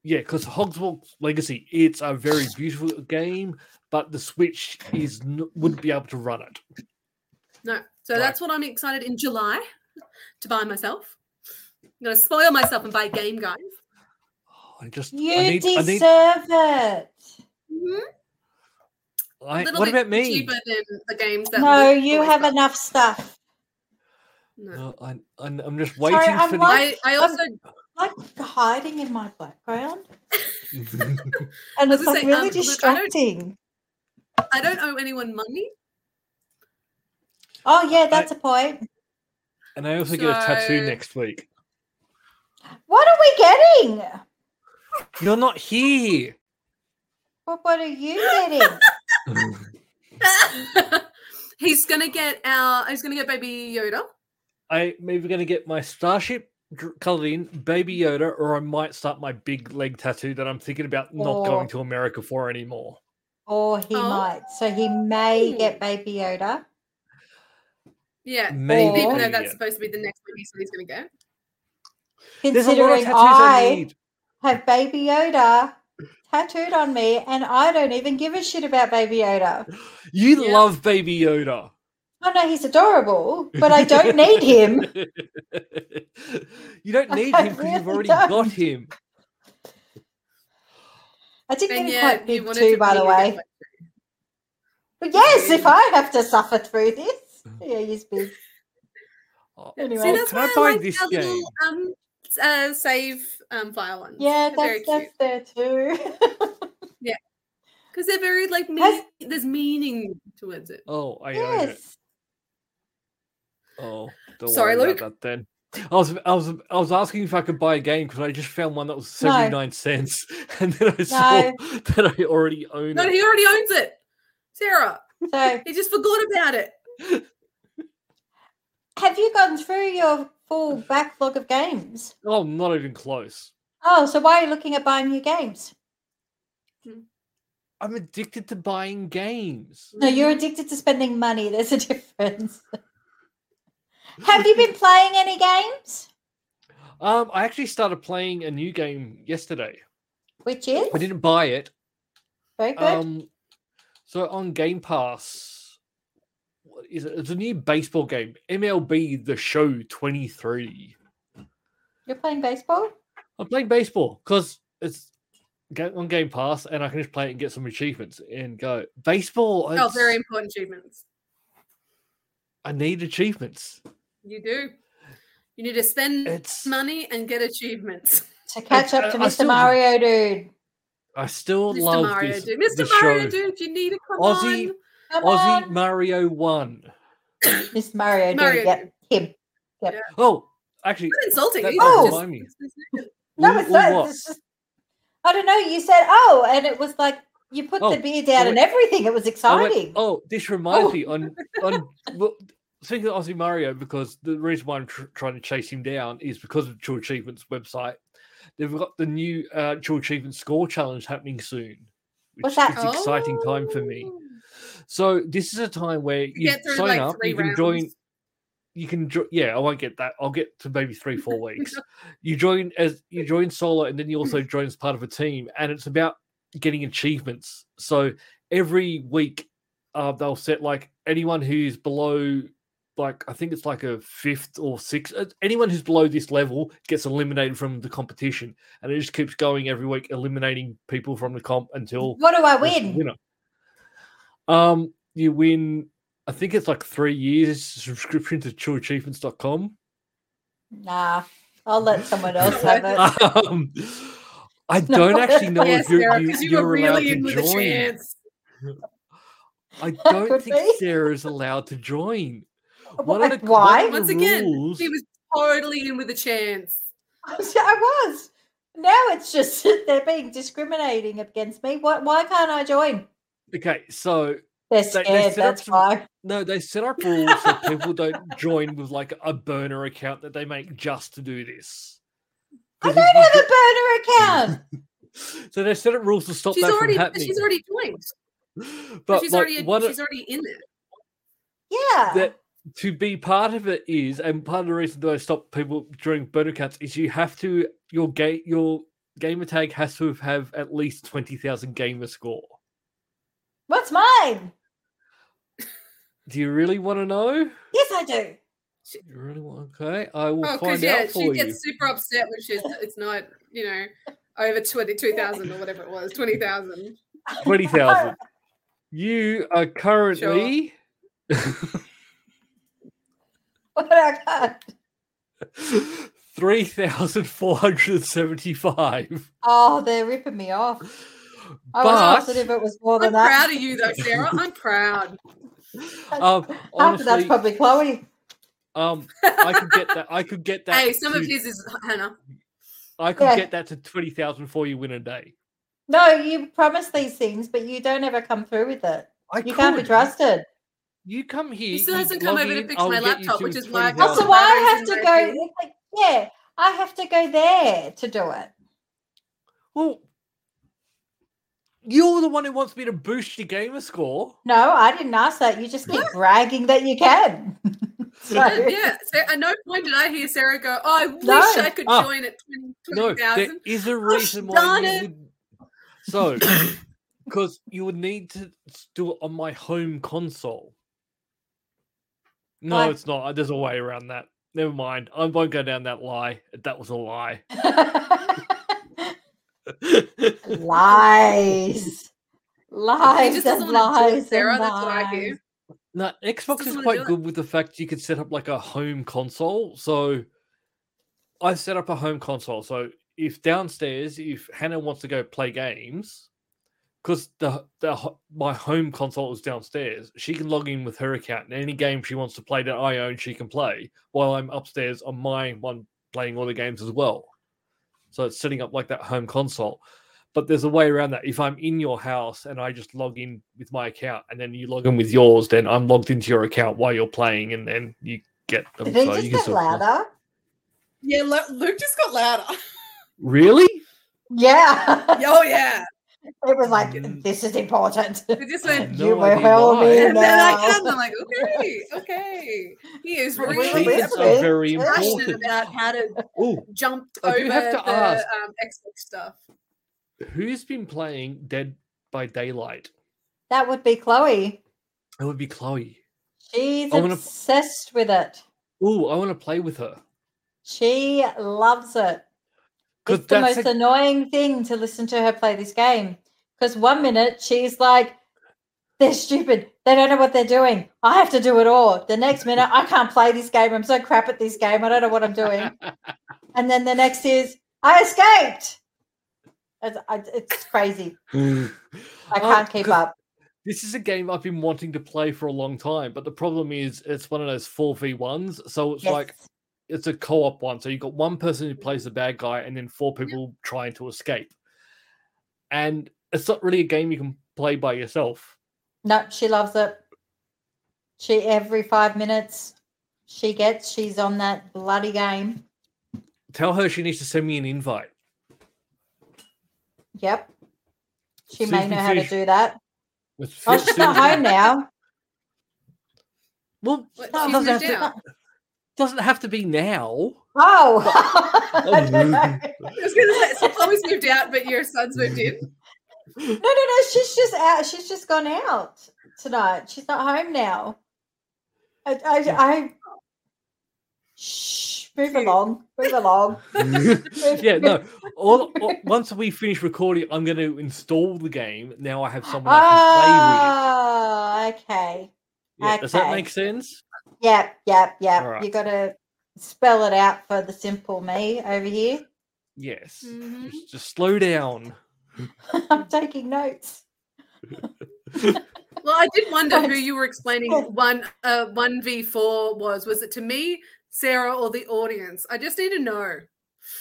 A: Yeah, because Hogswall's Legacy, it's a very beautiful game, but the Switch is n- wouldn't be able to run it.
D: No. So
A: Right.
D: that's what I'm excited in July to buy myself. I'm gonna spoil myself and buy a game, guys.
A: Oh, I just
C: You
A: I need, I
C: deserve
A: need
C: it.
D: A
A: I,
D: little
A: Mm-hmm. what
D: bit
A: about me?
D: cheaper than the games that
C: No,
D: Luke
C: you
D: always
C: have
D: buys.
C: enough stuff.
D: No.
A: No, Uh, I, I'm, I'm just
C: Sorry,
A: waiting
C: I'm
A: for
C: like-
D: I, I also
C: Like hiding in my background,
A: the.
C: and
D: was
C: it's
D: gonna say,
C: like
D: um,
C: really
D: Luke, I don't-
C: distracting.
D: I don't owe anyone money. <laughs>
C: Oh yeah, that's a point.
A: <laughs> and I also get a tattoo
D: So-
A: next week.
C: What are we getting?
A: You're not here.
C: Well, what
D: <laughs>
C: are you getting?
D: he's gonna get our. He's gonna get Baby Yoda.
A: I maybe going to get my starship dr- colored in baby Yoda, or I might start my big leg tattoo that I'm thinking about not
C: Oh.
A: going to America for anymore.
C: or he
D: Oh.
C: might. So he may
D: Hmm.
C: get Baby Yoda.
D: Yeah.
A: Maybe.
D: Even though
A: yeah.
D: that's supposed to be the next one he said he's gonna get.
A: There's a lot of
C: Considering
A: tattoos I
C: I
A: need.
C: have Baby Yoda tattooed on me, and I don't even give a shit about Baby Yoda.
A: You
D: Yeah.
A: love Baby Yoda. <laughs>
C: Oh no, he's adorable, but I don't need him.
A: you don't
C: <laughs> I
A: need him because you've
C: really
A: already
C: don't.
A: got him.
C: I did get
D: And
C: him
D: yeah,
C: quite
D: you
C: big
D: wanted
C: too,
D: to
C: by the
D: really get
C: way.
D: like-
C: But yes, if I have to suffer through
A: <laughs>
C: this, yeah,
D: <laughs>
C: he's big.
A: Oh,
C: Anyway.
D: See, that's
A: can
D: why
A: I
D: I,
A: buy
D: like
A: this
D: our
A: game?
D: little um s- uh, save um file ones.
C: Yeah,
D: They're very
C: that's
D: cute
C: that's there too.
D: because they're very like mean,
C: Has-
D: there's meaning towards it.
A: Oh,
C: <laughs>
A: I own it.
C: yes.
A: Oh, don't
D: Sorry,
A: worry
D: Luke.
A: about that then. I was, I was, I was asking if I could buy a game because I just found one that was
C: No.
A: seventy nine cents, <laughs> and then I saw that I already own
D: No,
A: it.
D: he already owns it. Sarah,
C: So
D: he just forgot about it.
C: have you gone through your full backlog of games?
A: Oh, I'm not even close.
C: Oh, so why are you looking at buying new games?
A: I'm addicted to buying games.
C: No,
D: Mm-hmm.
C: you're addicted to spending money. <laughs> There's a difference. <laughs> have you been playing any games?
A: Um, I actually started playing a new game yesterday.
C: Which is
A: I didn't buy it.
C: very good.
A: Um, so on Game Pass, what is it? It's a new baseball game, MLB The Show twenty three.
C: you're playing baseball?
A: I'm playing baseball because it's ga- on Game Pass, and I can just play it and get some achievements and go baseball.
D: Oh, very
A: it's-
D: important achievements.
A: I need achievements.
D: You do. You need to spend
A: It's
D: money and get achievements.
C: To catch up
A: I-
C: to
A: I
C: Mr.
A: still-
C: Mario dude.
A: I still
D: Mr.
A: love
D: Mario,
A: this.
D: dude.
A: the
D: Mr. Mario,
A: show.
D: dude, you need to come
A: Aussie-
D: on.
C: Come
A: Aussie
C: on.
A: Mario One.
C: Mr. Mario dude,
D: Mario
C: yep, him.
A: Oh, actually,
D: Not insulting.
A: That
D: either,
C: doesn't
D: just-
A: remind me.
D: just-
C: No,
A: Or-
C: it's
A: or
C: not.
A: what?
C: It's just, I don't know. You said, oh, and it was like you put
A: Oh,
C: the beer down
A: wait.
C: and everything. It was
A: I went,
C: exciting.
A: oh, this reminds
C: Oh.
A: me on
D: <laughs>
A: on. Well, Speaking of Aussie Mario, because the reason why I'm tr- trying to chase him down is because of True Achievements website. They've got the new uh, True Achievement Score Challenge happening soon, which
C: What's
A: is
C: that?
A: an exciting time for me.
D: Oh.
A: So this is a time where you
D: Get through
A: sign
D: like
A: up,
D: three
A: you can
D: rounds.
A: join. You can jo- yeah, oh, I won't get that. I'll get to maybe three, four weeks. you join as you join solo, and then you also join as part of a team, and it's about getting achievements. So every week, uh, they'll set like anyone who's below like I think it's like a fifth or sixth. uh, Anyone who's below this level gets eliminated from the competition, and it just keeps going every week, eliminating people from the comp until
C: What do I
A: there's a
C: win?
A: winner. Um, you win. I think it's like three years subscription to TrueAchievements.com.
C: Nah, I'll let someone
A: <laughs>
C: else
D: No, I
C: have it.
A: Um, I
C: No,
A: don't actually know
D: yes,
A: if you're,
D: Sarah,
A: you,
D: because you,
A: you're
D: were
A: allowed
D: really
A: to
D: in with a
A: join.
D: chance. <laughs>
A: I don't
C: Could
A: think
C: be.
A: Sarah's allowed to join. One of
C: Why?
A: the- one of the
D: Once again,
A: rules-
D: He was totally in with a chance.
C: <laughs> I was. Now it's just <laughs> they're being discriminating against me. What? Why can't I join?
A: Okay, so They-
C: They're
A: they
C: scared.
A: set up
C: that's
A: some- <laughs>
C: why.
A: no, they set up rules so people don't join with like a burner account that they make just to do this.
C: I
A: 'Cause if
C: don't
A: you
C: have a burner
A: <laughs>
C: account.
A: do- So they set up rules to stop
D: She's
A: that
D: already,
A: from
D: but
A: happening.
D: she's already joined. But
A: but
D: she's
A: like,
D: already,
A: one of-
D: she's already in there.
C: Yeah.
A: that to be part of it is, and part of the reason that I stop people during burner accounts is you have to your game your gamer tag has to have at least twenty thousand gamer score.
C: What's mine?
A: Do you really want to know?
C: Yes, I do. <laughs>
A: You really want? Okay, I will
D: Oh,
A: find
D: because yeah,
A: out
D: she
A: for you.
D: gets <laughs> super upset when she's it's not you know over twenty two thousand or whatever it was twenty thousand.
A: Twenty thousand. you are currently.
C: What I got?
A: 3,475.
C: Oh, they're ripping me off. I was
A: but
C: positive it was more
D: I'm
C: than that.
D: proud of you though, Sarah.
A: <laughs>
D: I'm proud.
A: um,
C: After that's
A: honestly,
C: probably Chloe.
A: um, I could get that. I could get that.
D: hey, some of
A: to-
D: his is Hannah.
A: I could
C: Yeah.
A: get that to twenty thousand for you in a day.
C: No, you promise these things, but you don't ever come through with it.
A: I
C: You can't be
A: could.
C: trusted.
A: You come here.
D: He still
A: you
D: hasn't come
A: log
D: over to
A: in,
D: fix
A: I'll
D: my
A: get you
D: laptop,
A: to
D: which is why I've got
C: Also,
D: some
A: 20,000.
C: why I
D: batteries
C: have
D: in
C: to
D: my
C: go? Like, yeah, I have to go there to do it.
A: Well, you're the one who wants me to boost your gamer score.
C: No, I didn't ask that. You just keep bragging that you can.
D: <laughs>
C: so,
D: Yeah, yeah. So at no point did I hear Sarah go, "Oh, I wish
C: No.
D: I could
A: Ah.
D: join at 20
A: No,
D: 20,000."
A: there is a
D: Gosh
A: reason why
D: Oh, darn it.
A: you would. <coughs> So, because you would need to s- do it on my home console. No,
C: Why?
A: it's not. There's a way around that. Never mind. I won't go down that lie. That was a <laughs> lie.
C: <laughs> lies.
D: He
C: Lies
D: just doesn't
C: and
D: wanna do it,
C: lies.
D: Sarah,
C: and
D: that's what I hear.
C: lies.
A: No, Xbox is
D: doesn't wanna do
A: quite
D: it.
A: good with the fact you could set up like a home console. So I set up a home console. So if downstairs, if Hannah wants to go play games, because the the ho- my home console is downstairs, she can log in with her account and any game she wants to play that I own, she can play while I'm upstairs on my one playing all the games as well. So it's setting up like that home console. But there's a way around that. If I'm in your house and I just log in with my account and then you log in with yours, then I'm logged into your account while you're playing and then you get them.
C: Did he
A: So
C: just
A: you can
C: get
A: still play.
C: louder?
D: Yeah, Lu- Luke just got louder. <laughs>
A: Really?
C: Yeah. <laughs>
D: oh yeah.
C: It was like,
A: Mm.
C: this is important. <laughs>
D: It just went.
A: No
C: you were
A: idea
C: held
A: why.
D: <laughs>
C: in
D: And then I
C: now.
D: come, I'm like, okay, okay. He is
C: Well,
D: really
C: we-
A: Achievements
C: that's
A: are
C: good.
A: very
C: That's good.
D: passionate
A: important.
D: about how to
A: Oh,
D: jump
A: I
D: over
A: do have to
D: the
A: ask.
D: um, Xbox stuff.
A: who's been playing Dead by Daylight?
C: That would be Chloe.
A: It would be Chloe.
C: She's
A: I wanna-
C: obsessed with it.
A: Oh, I want to play with her.
C: She loves it. It's the most
A: a-
C: annoying thing to listen to her play this game because one minute she's like, they're stupid. They don't know what they're doing. I have to do it all. The next minute, I can't play this game. I'm so crap at this game. I don't know what I'm doing.
A: <laughs>
C: and then the next is, I escaped. It's, I- it's crazy. I
A: <gasps> Oh,
C: can't keep
A: 'cause
C: up.
A: This is a game I've been wanting to play for a long time, but the problem is it's one of those 4v1s. So it's
C: Yes.
A: like it's a co-op one. So you've got one person who plays the bad guy and then four people trying to escape. And it's not really a game you can play by yourself.
C: No, she loves it. She every five minutes she gets, she's on that bloody game.
A: Tell her she needs to send me an invite.
C: Yep. She
A: See
C: may
A: if
C: know
A: you
C: how to
A: finish-
C: do that. <laughs>
A: Let's
C: Oh,
A: see-
C: she's
A: see
C: not
A: if-
C: home now.
A: Well,
D: What,
C: No,
D: she's
A: doesn't
D: moved
A: have to-
D: out.
A: doesn't have to be
C: <laughs>
A: now.
C: Oh,
A: <laughs>
C: I don't know.
D: I was going to say, so Chloe's moved out, but your son's moved in.
C: no, no, no. She's just out. She's just gone out tonight. She's not home now. I, I, I shh, move along, move along.
A: yeah, no. All, all- once we finish recording, I'm going to install the game. Now I have someone I
C: Ah, okay.
A: can play with. Yeah, Does that
C: okay.
A: make sense?
C: Yep, yep, yep.
A: Alright.
C: You got to spell it out for the simple me over here. <laughs>
A: Yes.
C: Mm-hmm.
D: Mhm.
A: Just, just slow down.
C: I'm taking notes.
D: Well, I did wonder who
C: Thanks.
D: you were explaining
C: Yeah.
D: one uh one v four was. Was it to me, Sarah, or the audience? I just need to know.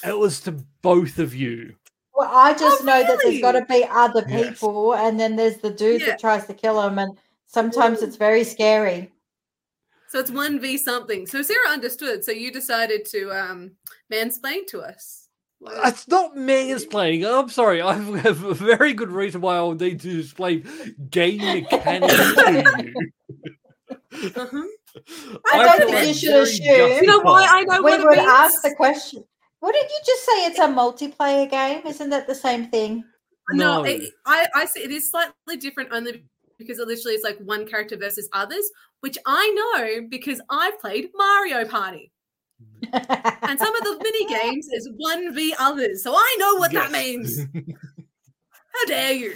A: It was to both of you.
C: Well, I just know that there's
D: Oh, really?
C: got to be other
A: Yes.
C: people, and then there's the dude
D: Yeah.
C: that tries to kill him, and sometimes it's very scary.
D: So it's one v something. So Sarah understood. So you decided to um mansplain to us. Like,
A: That's not mansplaining. I'm sorry. I have a very good reason why I would need to explain game mechanics to you. Mm-hmm.
D: uh-huh.
C: <laughs> I
D: don't
A: feel
D: think
A: that's
C: you should
A: very
C: assume.
A: justified.
D: You know why I know
C: We
D: what it
C: would
D: means?
C: ask the question. What did you just say? It's a multiplayer game, isn't that the same thing?
D: No,
A: No.
D: it, I, I say it is slightly different only because it literally is like one character versus others, which I know because I've played Mario Party.
C: <laughs>
D: And some of the mini games is one v others. So I know what that
A: Yes.
D: means.
A: <laughs>
D: How dare you?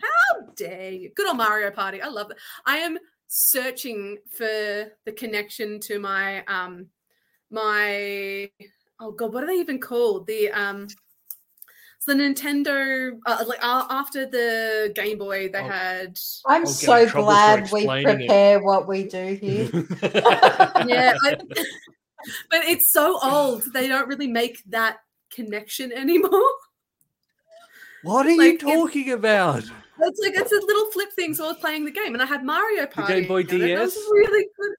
D: How dare you? Good old Mario Party. I love it. I am searching for the connection to my um my oh god, what are they even called? The um it's the Nintendo uh, like a- after the Game Boy they
A: Oh.
D: had
A: I'll
C: I'm
A: get in trouble
C: so
A: for
C: glad we
A: explaining it.
C: prepare what we do
A: <laughs>
C: here. <laughs>
D: yeah, I- <laughs> but it's so old they don't really make that connection anymore.
A: what are you
D: Like, it's-
A: talking about?
D: It's like it's a little flip thing. So I was playing the game, and I had Mario Party.
A: Game Boy
D: and it was
A: DS?
D: really good.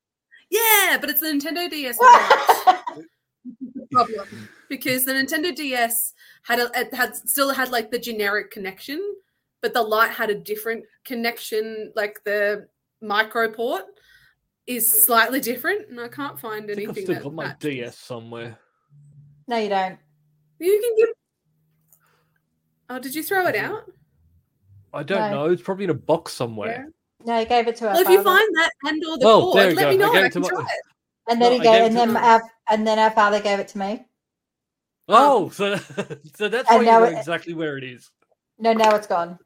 D: Yeah, but it's the Nintendo DS. that was the problem because the Nintendo DS had a it had still had like the generic connection, but the light had a different connection. Like the micro port is slightly different, and I can't find
A: I think I've
D: anything.
A: still
D: that
A: got my
D: matches.
A: DS somewhere.
C: no, you don't.
D: You can give. Oh, did you throw it
A: Mhm.
D: out?
A: I don't
C: No.
A: know. It's probably in a box somewhere.
C: No, he gave it to our
D: Well, if you
C: father.
D: find that and or the
A: Oh,
D: cord,
A: there you
D: let
A: go.
D: me
A: I
D: know.
A: gave
D: I
A: it to
D: can
A: my-
D: try it.
C: and then
A: No,
C: he
A: I
C: gave,
A: gave it
C: and
A: to
C: then
D: them.
C: our, and then our father gave it to me.
A: Oh, so <laughs> so that's
C: I
A: why you
C: know
A: know
C: it-
A: exactly where it is.
C: No, now it's gone.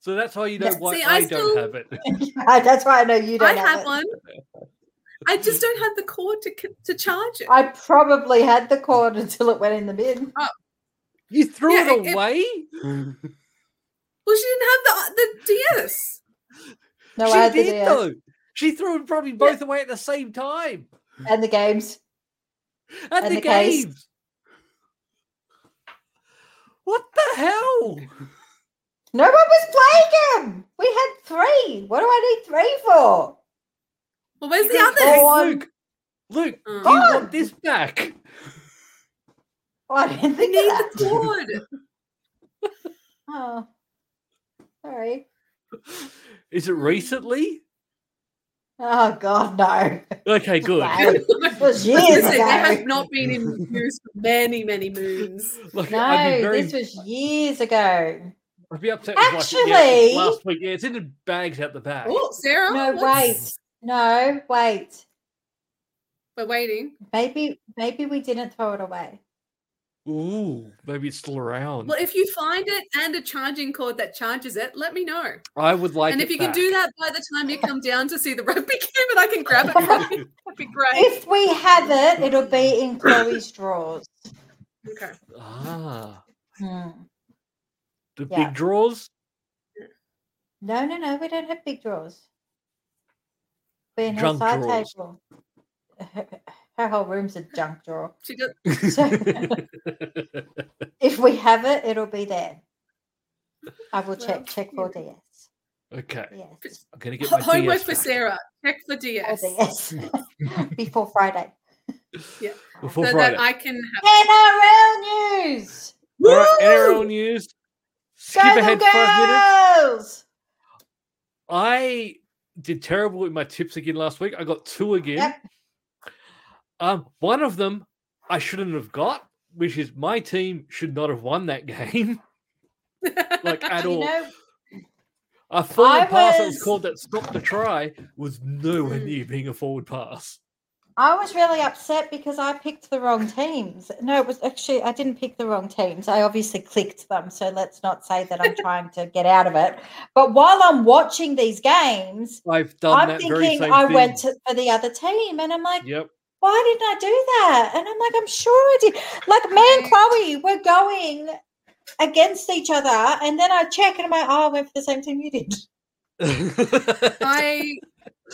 A: So that's why you know
C: Yeah,
A: why
D: see, I
A: I,
D: still-
A: don't have it.
C: Ah, That's why I know you
D: I
C: don't have,
D: have
C: it.
D: one. I just don't have the cord to c- to charge it.
C: I probably had the cord <laughs> until it went in the bin.
A: You threw
D: Yeah,
A: it
D: it- it-
A: away?
D: well, she didn't have the the DS.
C: No,
A: she
C: I had the uh,
A: did
C: DS
A: though. She threw them probably both away at the same time.
C: and the games.
A: At
C: And
A: the,
C: the case.
A: games. What the hell?
C: No one was playing them. We had three. What do I need three for?
D: Well, where's the
C: You
D: others?
C: can Go on.
A: Luke, Luke,
D: Oh.
A: do you want this back?
C: Oh, I didn't
D: We
C: think
D: need
C: of
D: the
C: that.
D: cord.
C: Oh, sorry.
A: Is it recently?
C: Oh God, no. <laughs>
A: Okay, good.
C: Wow. <laughs>
D: <laughs>
C: It was years
D: Listen, they
C: ago.
D: have not been in use for many, many moons.
A: <laughs> Look, I'd
C: No,
A: be very,
C: this was years ago.
A: I'd be upset. if, like, yeah,
C: Actually-
A: it's last week, yeah, it's in the bags out the back.
D: Oh, Sarah.
C: No, wait.
D: what's-
C: No, wait.
D: We're waiting.
C: Maybe, maybe we didn't throw it away.
A: Ooh, maybe it's still around.
D: Well, if you find it and a charging cord that charges it, let me know.
A: I would like.
D: and if
A: it
D: you can do
A: back.
D: that by the time you come down to see the rugby <laughs> game, and I can grab it from you, that'd be
C: <laughs>
D: great.
C: If we have it, it'll be in Chloe's drawers.
D: Okay.
A: ah,
C: Hmm.
A: the
C: Yeah.
A: big draws.
C: <laughs>
A: <laughs>
C: No, no, no. We don't have big drawers. We in her
A: Junk
C: side
A: drawers.
C: table. <laughs> Her whole room's a junk
A: <laughs>
C: drawer.
D: She does.
C: So if we have it, it'll be there. I will
D: Well,
C: check check for DS.
A: okay,
C: Yes.
A: I'm gonna get my
D: Homework
A: DS
D: for
A: back
D: Sarah. Check for
C: for
D: DS.
C: DS.
A: <laughs>
C: Before Friday.
A: before
D: So
A: Friday.
D: that I can have.
C: NRL news.
A: All right, NRL news. Skip
C: Go the
A: ahead five minutes.
C: girls.
A: I did terrible with my tips again last week. I got two again.
C: Yep.
A: Um, one of them I shouldn't have got, which is my <laughs>
C: <laughs>
A: team should not have won that game, <laughs> like at
C: You
A: all.
C: know,
A: A forward
C: I
A: pass that was
C: was- Hmm.
A: called that stopped the try was nowhere near being a forward pass.
C: I was really upset because I picked the wrong teams. No, it was actually I didn't pick the wrong teams. I obviously clicked them, so let's not say that
A: <laughs>
C: I'm trying to get out of it. But while I'm watching these games,
A: I've done
C: I'm
A: that very
C: thinking
A: same
C: I
A: thing.
C: went to, for the other team, and I'm like, <laughs>
A: Yep.
C: why didn't I do that? And I'm like, I'm sure I did. Like me and Chloe were going against each other, and then I check and I'm like, oh, I went for the same team you did.
D: <laughs> I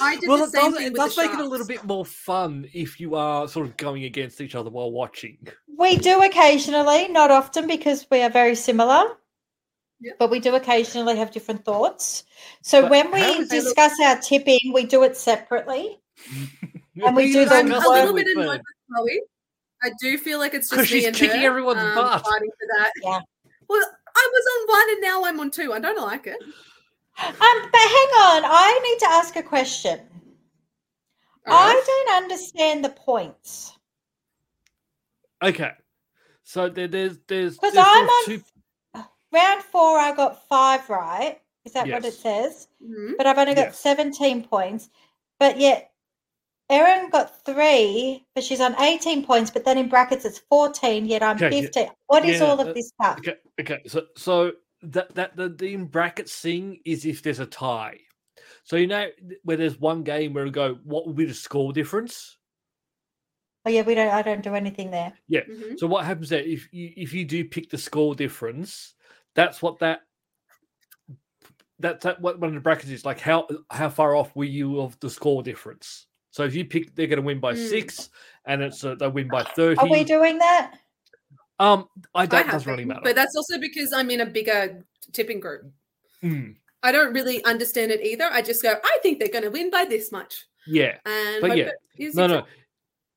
D: I did
A: well,
D: the
A: it
D: same
A: does,
D: thing
A: it
D: with
A: does
D: the
A: make it a little
D: Sharks.
A: bit more fun if you are sort of going against each other while watching.
C: We do occasionally, not often because we are very similar,
D: Yeah.
C: but we do occasionally have different thoughts. So
A: But
C: when
A: how
C: we
A: is that-
C: discuss our tipping, we do it separately. And we do
A: Because
C: that
A: I'm
D: I'm a
C: nothing
D: little
A: with
D: bit annoyed
A: Fern.
D: with Chloe. I do feel like it's
A: 'Cause
D: just
A: she's
D: me and
A: kicking
D: her,
A: everyone's
D: um,
A: butt.
D: fighting for that.
C: Yeah.
D: Well, I was on one and now I'm on two. I don't like it.
C: Um, but hang on, I need to ask a question. I don't understand the points.
A: Okay. So there, there's there's,
C: Because
A: there's sort
C: I'm
A: of
C: on-
A: two
C: Round four, I got five right. Is that what it
A: Yes.
C: says?
D: Mhm.
C: But I've only got
A: Yes.
C: 17 points. But yet, Erin got three, but she's on 18 points. But then in brackets, it's 14, yet I'm
A: Okay, yeah.
C: 15. What is
A: Yeah,
C: all
A: uh,
C: of this stuff?
A: Okay, okay. So, so that that the, the in brackets thing is if there's a tie. So you know th- where there's one game where we go, what will be the score difference?
C: Oh, yeah, we don't, I don't do anything there. Hmm?
D: Mhm.
A: So what happens there if you if you do pick the score difference, that's what that that's that what one of the brackets is like how how far off were you of the score difference? So if you pick they're gonna win by
D: Mm.
A: six and it's uh, they win by thirty.
C: Hmm. Are we doing that?
A: um I
D: I
A: don't
D: have
A: doesn't really
D: been,
A: matter.
D: But that's also because I'm in a bigger tipping group.
A: Mm,
D: I don't really understand it either. I just go, I think they're going to win by this much.
A: yeah.
D: And
A: But
D: hope
A: yeah,
D: it is
A: No,
D: exact-
A: no.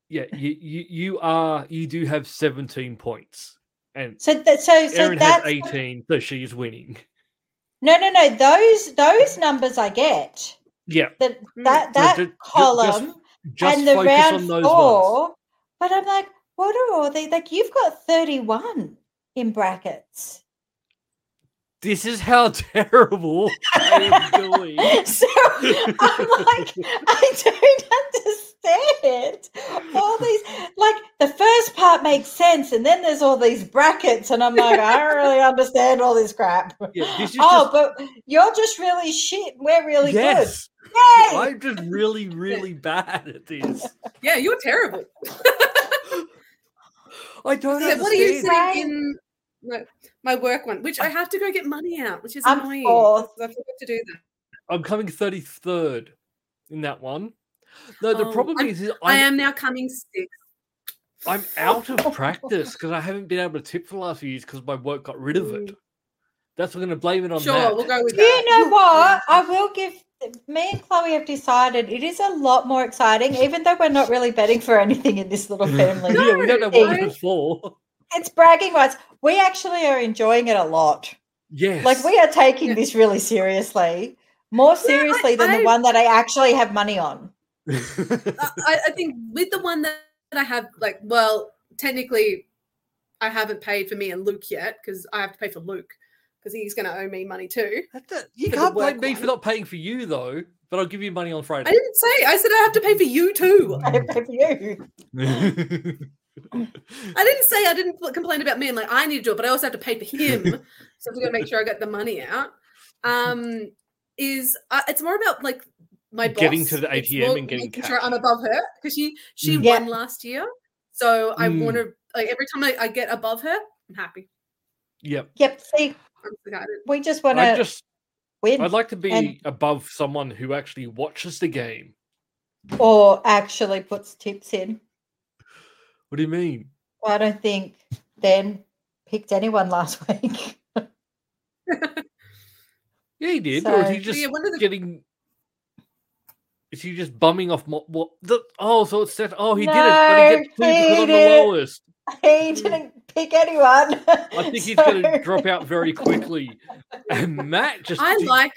A: Yeah, you, you you are you do have 17 points. And
C: So, that so, so
A: Erin has
C: that's
A: 18, so she is winning.
C: no, no, no. Those those numbers I get.
A: Yeah.
C: That
D: Mm.
C: that
A: So
C: that
A: ju- ju- just
C: column.
A: Just
C: and the
A: focus
C: round
A: on those ones.
C: four, but I'm like, what are all they like? You've got 31 in brackets.
A: This is how <laughs> terrible I am doing.
C: <laughs> so I'm like, I don't understand all these. Like, the first part makes sense, and then there's all these brackets, and I'm like, I don't really understand all this crap.
A: Yeah, this is
C: Oh, but you're just really shit. We're really
A: just, yes,
C: good. Yay!
A: I'm just really, really bad at this.
D: yeah, you're terrible.
A: I don't
D: Yeah, what are you
A: understand.
C: Right.
D: saying in no, my work one, which I have to go get money out, which is
C: I'm
D: annoying.
C: fourth.
D: 'cause I forgot to do that.
A: I'm coming 33rd in that one. No, the
D: Oh,
A: problem
D: I'm-
A: is, is
D: I
A: I'm
D: am now coming sixth.
A: I'm out of practice because I haven't been able to tip for the last few years because my work got rid of it. That's we're going to blame it on
D: Sure,
A: that.
D: <laughs> we'll go with
C: Do you
D: that.
C: know what? I will give me and Chloe have decided it is a lot more exciting, even though we're not really betting for anything
A: <laughs>
C: in this little family.
A: yeah, we don't know what it was for. <laughs>
C: It's bragging rights. We actually are enjoying it a lot.
A: Yes,
C: Like we are taking
D: Yeah.
C: this really seriously, more seriously than
D: I-
C: the one that I actually have money on. <laughs>
A: <laughs>
D: I, I- I think with the one that I have, like, well, technically, I haven't paid for me and Luke yet because I have to pay for Luke because he's going to owe me money too.
A: That's it. you
D: for the
A: can't blame
D: work
A: me
D: one.
A: for not paying for you though. But I'll give you money on
D: I
A: Friday.
D: didn't say. I said I have to pay for you too.
C: I
A: Mm.
C: pay for you.
D: I didn't say I didn't pl- complain about me. and like, I need to do it, but I also have to pay for him. so I've got to make sure I get the money out. Um, is uh, it's more about like my boss,
A: Getting to the
D: It's
A: ATM
D: more
A: and getting
D: making sure
A: cash.
D: I'm above her because she she
A: Mm.
C: Yeah.
D: won last year. So I
A: Mm.
D: want to like every time I, I get above her, I'm happy.
A: <laughs> yep,
C: Yep. See,
D: I'm excited.
C: we just want
A: I
C: to
A: just
C: win
A: I'd like to be
C: and-
A: above someone who actually watches the game.
C: or actually puts tips in.
A: What do you mean?
C: I don't think Dan picked anyone last <laughs> week.
A: Yeah, he did. or is he
C: So-
A: just
D: yeah, one of the-
A: getting? Is he just bumming off what? what the, oh, so it's that. Oh, he did
C: No,
A: it, but he gets two because
C: he
A: I'm the
C: did it.
A: lowest.
C: He didn't pick anyone.
A: I think
C: <laughs>
A: he's going to drop out very quickly. And Matt just.
D: I
A: did-
D: like.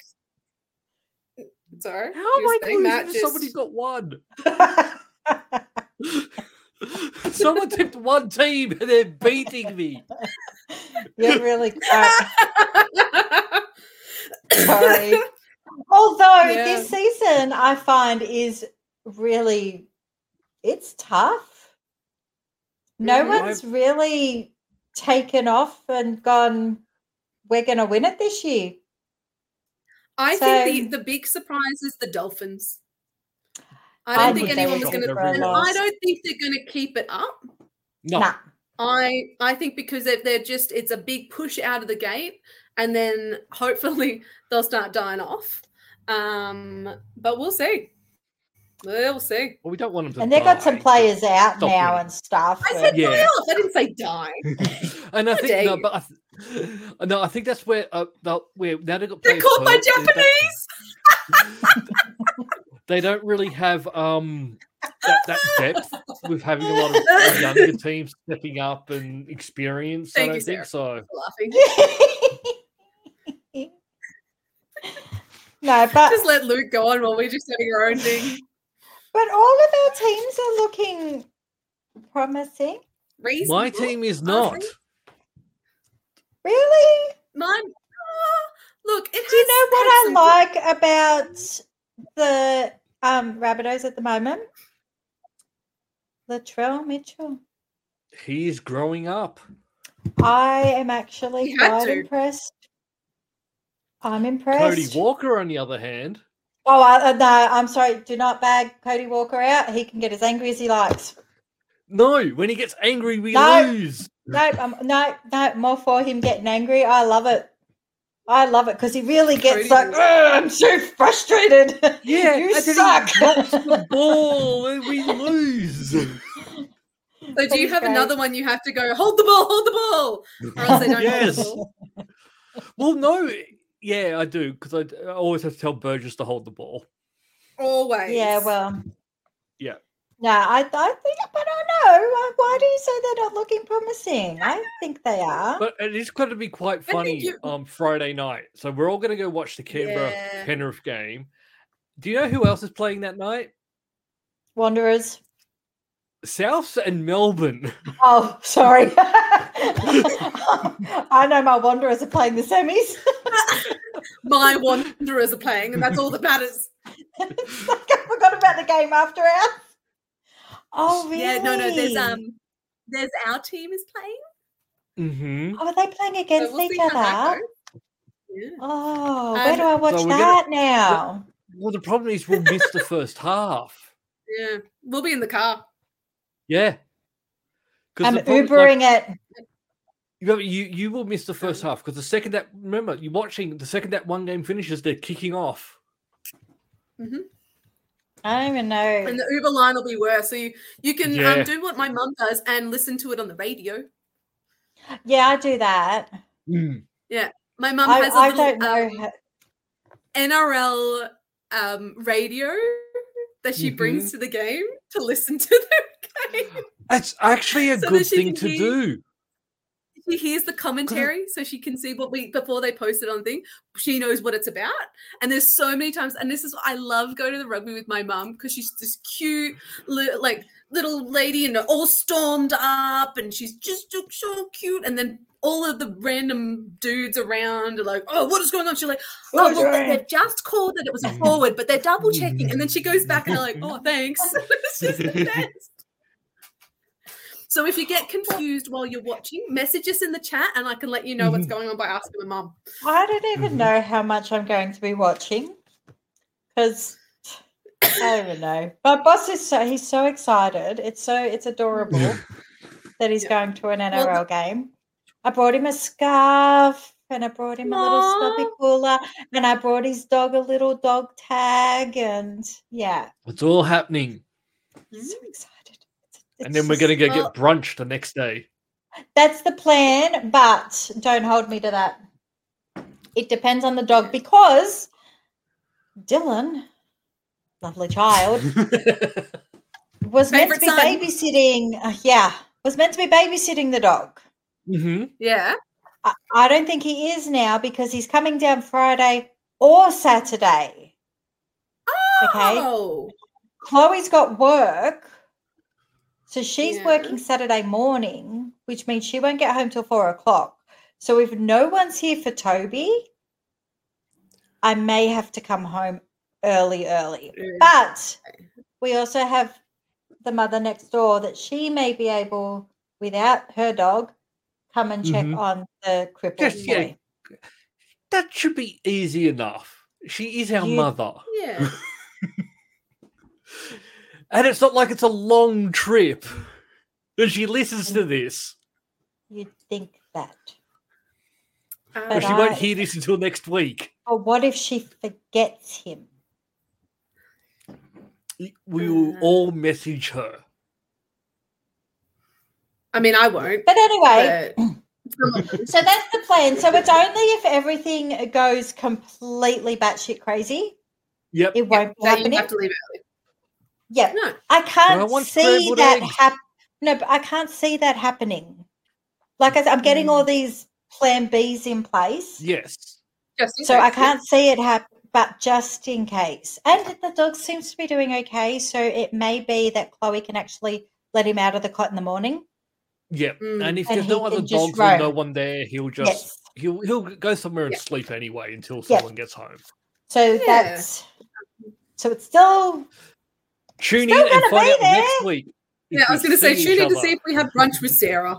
D: Sorry,
A: <laughs> How am I
D: just saying
A: losing?
D: that
A: if
D: just- <laughs>
A: Somebody got one. <laughs>
C: drop.
A: Someone tipped one team and they're beating me. <laughs>
C: You're really crap. Sorry. <laughs> Although
D: Yeah.
C: this season I find is really it's tough. No
D: Mhm.
C: one's really taken off and gone, we're gonna win it this year.
D: I
C: So-
D: think the, the big surprise is the Dolphins. I
C: I
D: don't think
C: would
D: anyone was
A: say
D: going to.
A: they're
D: And
C: lost.
D: I don't think they're going to keep it up.
A: No,
C: Nah.
D: I I think because they're, they're just it's a big push out of the gate, and then hopefully <laughs> they'll start dying off. Um, but we'll see. We'll see.
A: well, we don't want them to.
C: And they've got some
A: die.
C: players out
A: Stop
C: now
A: winning.
C: and stuff.
D: I
C: and- <laughs>
D: said
A: Uh, Yeah.
D: die off. I didn't say
A: <laughs>
D: die.
A: and I
D: How
A: think
D: dare
A: no,
D: you.
A: but I th- <laughs> no, I think that's where uh, that where now they got
D: They're
A: players
D: called by
A: hurt, is that
D: Japanese.
A: They don't really have um that, that depth with having a lot
D: <laughs>
A: of younger teams stepping up and experience.
D: Thank
A: I
D: you,
A: don't think so.
D: Laughing.
C: no, but
D: Just let Luke go on while we're just doing our own thing.
C: but all of our teams are looking promising.
D: Reasonable.
A: My team is not.
C: Really?
D: Mine. Ah, look, it
C: Do you
D: has
C: know what
D: had some good-
C: I like about the um Rabbitohs at the moment? Latrell Mitchell.
A: He is growing up.
C: I am actually
D: He had
C: quite
D: to.
C: impressed. I'm
A: Cody
C: impressed.
A: Walker, on the other hand,
C: oh, I, uh, no, I'm sorry. Do not bag Cody Walker out. He can get as angry as he likes.
A: no. When he gets angry, we
C: No.
A: lose.
C: Nope, I'm, no, no, more for him getting angry. I love it. I love it because he really
D: Cody
C: gets like,
D: Walker.
C: "Ugh, I'm so frustrated. <laughs>
A: Yeah, and
C: you
A: then he
C: suck.
A: drops the ball and
D: <laughs>
A: we lose.
D: So do you
C: Please,
D: have
C: guys.
D: another one you have to go, hold the ball, hold the ball?
A: <laughs>
D: Or else they don't hold
A: Yes.
D: the ball.
A: Well, no, yeah, I do because I, I always have to tell Burgess to hold the ball.
D: Always.
C: Yeah, well.
A: Yeah.
C: No, I, I think, but I know. Why, why do you say they're not looking promising? I think they are.
A: But it is going to be quite
D: think
A: funny
D: you-
A: um, Friday night. So we're all going to go watch the Canberra
D: Yeah.
A: Penrith game. Do you know who else is playing that night?
C: Wanderers.
A: Souths and Melbourne.
C: Oh, sorry. <laughs> I know my Wanderers are playing the semis. <laughs>
D: My Wanderers are playing, and that's all that matters.
C: it's like I forgot about the game after hours. Oh, really?
D: Yeah, no, no, there's um there's our team is playing.
A: hmm
C: Oh, are they playing
D: so
C: against
D: we'll see
C: each
D: how that
C: other?
D: goes. Yeah.
C: Oh, where
D: Um,
C: do I watch
A: we're gonna-
C: that now?
A: Well, the problem is we'll miss the first half.
D: yeah, we'll be in the car.
A: Yeah. 'Cause
C: I'm
A: the problem- like,
C: Ubering it.
A: You, you you will
D: Um,
A: miss the first half because the second that remember you're watching the second that one game finishes they're kicking off.
C: I don't even know.
D: And the Uber line will be worse. So you, you can
A: Yeah.
D: um, do what my mum does and listen to it on the radio.
C: Yeah, I do that.
D: My mum
C: I,
D: has a
C: I
D: little
C: don't know.
D: um,
C: how-
D: NRL um, radio that she
A: Mhm.
D: brings to the game to listen to the <laughs> game.
A: That's actually a
D: So that
A: good
D: she
A: thing
D: can
A: to
D: hear-
A: do.
D: she hears the commentary so she can see what we before they post it on thing she knows what it's about and there's so many times and this is i love going to the rugby with my mum because she's this cute li- like little lady and all stormed up and she's just so- so cute and then all of the random dudes around are like, oh, what is going on? She's like, oh, well, they- they've just called that it was a forward, but they're double checking. And then she goes back and they're like, oh, thanks. <laughs> it's just the best. So if you get confused while you're watching, message us in the chat and I can let you know what's going on by asking my mum.
C: I don't even
A: Mhm.
C: know how much I'm going to be watching because I don't even know. My boss is so he's so excited. It's so it's adorable that he's
D: Yeah.
C: going to an
D: Well,
C: NRL game. I brought him a scarf and I brought him a little snuffy
D: Aw.
C: cooler and I brought his dog a little dog tag and yeah,
A: It's all happening.
C: so
D: Mm.
C: excited. It's-
A: and
C: it's
A: then we're
C: just-
A: going to go
D: well-
A: get brunch the next
D: <laughs>
A: day.
C: That's the plan, but don't hold me to that. It depends on the dog because Dylan, lovely child, was meant to
D: Favourite
C: be
D: son.
C: babysitting. uh, yeah, was meant to be babysitting the dog.
A: hmm
D: Yeah.
C: I, I don't think he is now because he's coming down Friday or Saturday.
D: Oh.
C: Chloe's got work. So she's
D: Yeah.
C: working Saturday morning, which means she won't get home till four o'clock. So if no one's here for Toby, I may have to come home early, early. But we also have the mother next door that she may be able, without her dog, come and check
A: Mhm.
C: on the crippled
A: Just, yeah,
C: boy.
A: That should be easy enough. She is our
C: You-
A: mother.
D: yeah.
A: And it's not like it's a long trip. And she listens to this.
C: You'd think that.
A: But
D: Um,
C: But
A: she won't
C: I-
A: hear this until next week.
C: Or what if she forgets him?
A: We will
D: Mm.
A: all message her.
D: I mean, I won't.
C: But anyway, <clears throat>
D: But some of us.
C: so that's the plan. So it's only if everything goes completely batshit crazy.
A: Yep.
C: It won't be
D: that you
C: happening.
D: have to leave it.
C: Yeah,
D: No.
C: I
A: I
C: can't
A: want
C: see
A: scrambled
C: that
A: eggs.
C: hap- No, but I can't see that happening. Like I, am
A: Mm.
C: getting all these plan Bs in place,
A: Yes.
D: Just in
C: so I
D: case.
C: can't see it happen. But just in case, and the dog seems to be doing okay, so it may be that Chloe can actually let him out of the cot in the morning.
A: Yep.
D: Mm.
A: And if
C: And
A: there's
C: he
A: no
C: can
A: other
C: just
A: dogs or no
C: roam.
A: one there, he'll just
C: yes,
A: he'll he'll go somewhere and
D: Yeah.
A: sleep anyway until
C: Yeah.
A: someone gets home.
C: so
D: Yeah.
C: that's so it's still
A: Tune in
C: Still
A: and
C: gonna
A: find
C: be
A: out next
C: there.
A: week. if
D: Yeah, I
A: we
D: was going to say
A: see
D: tune
A: each
D: in to
A: other.
D: see if we have brunch with Sarah,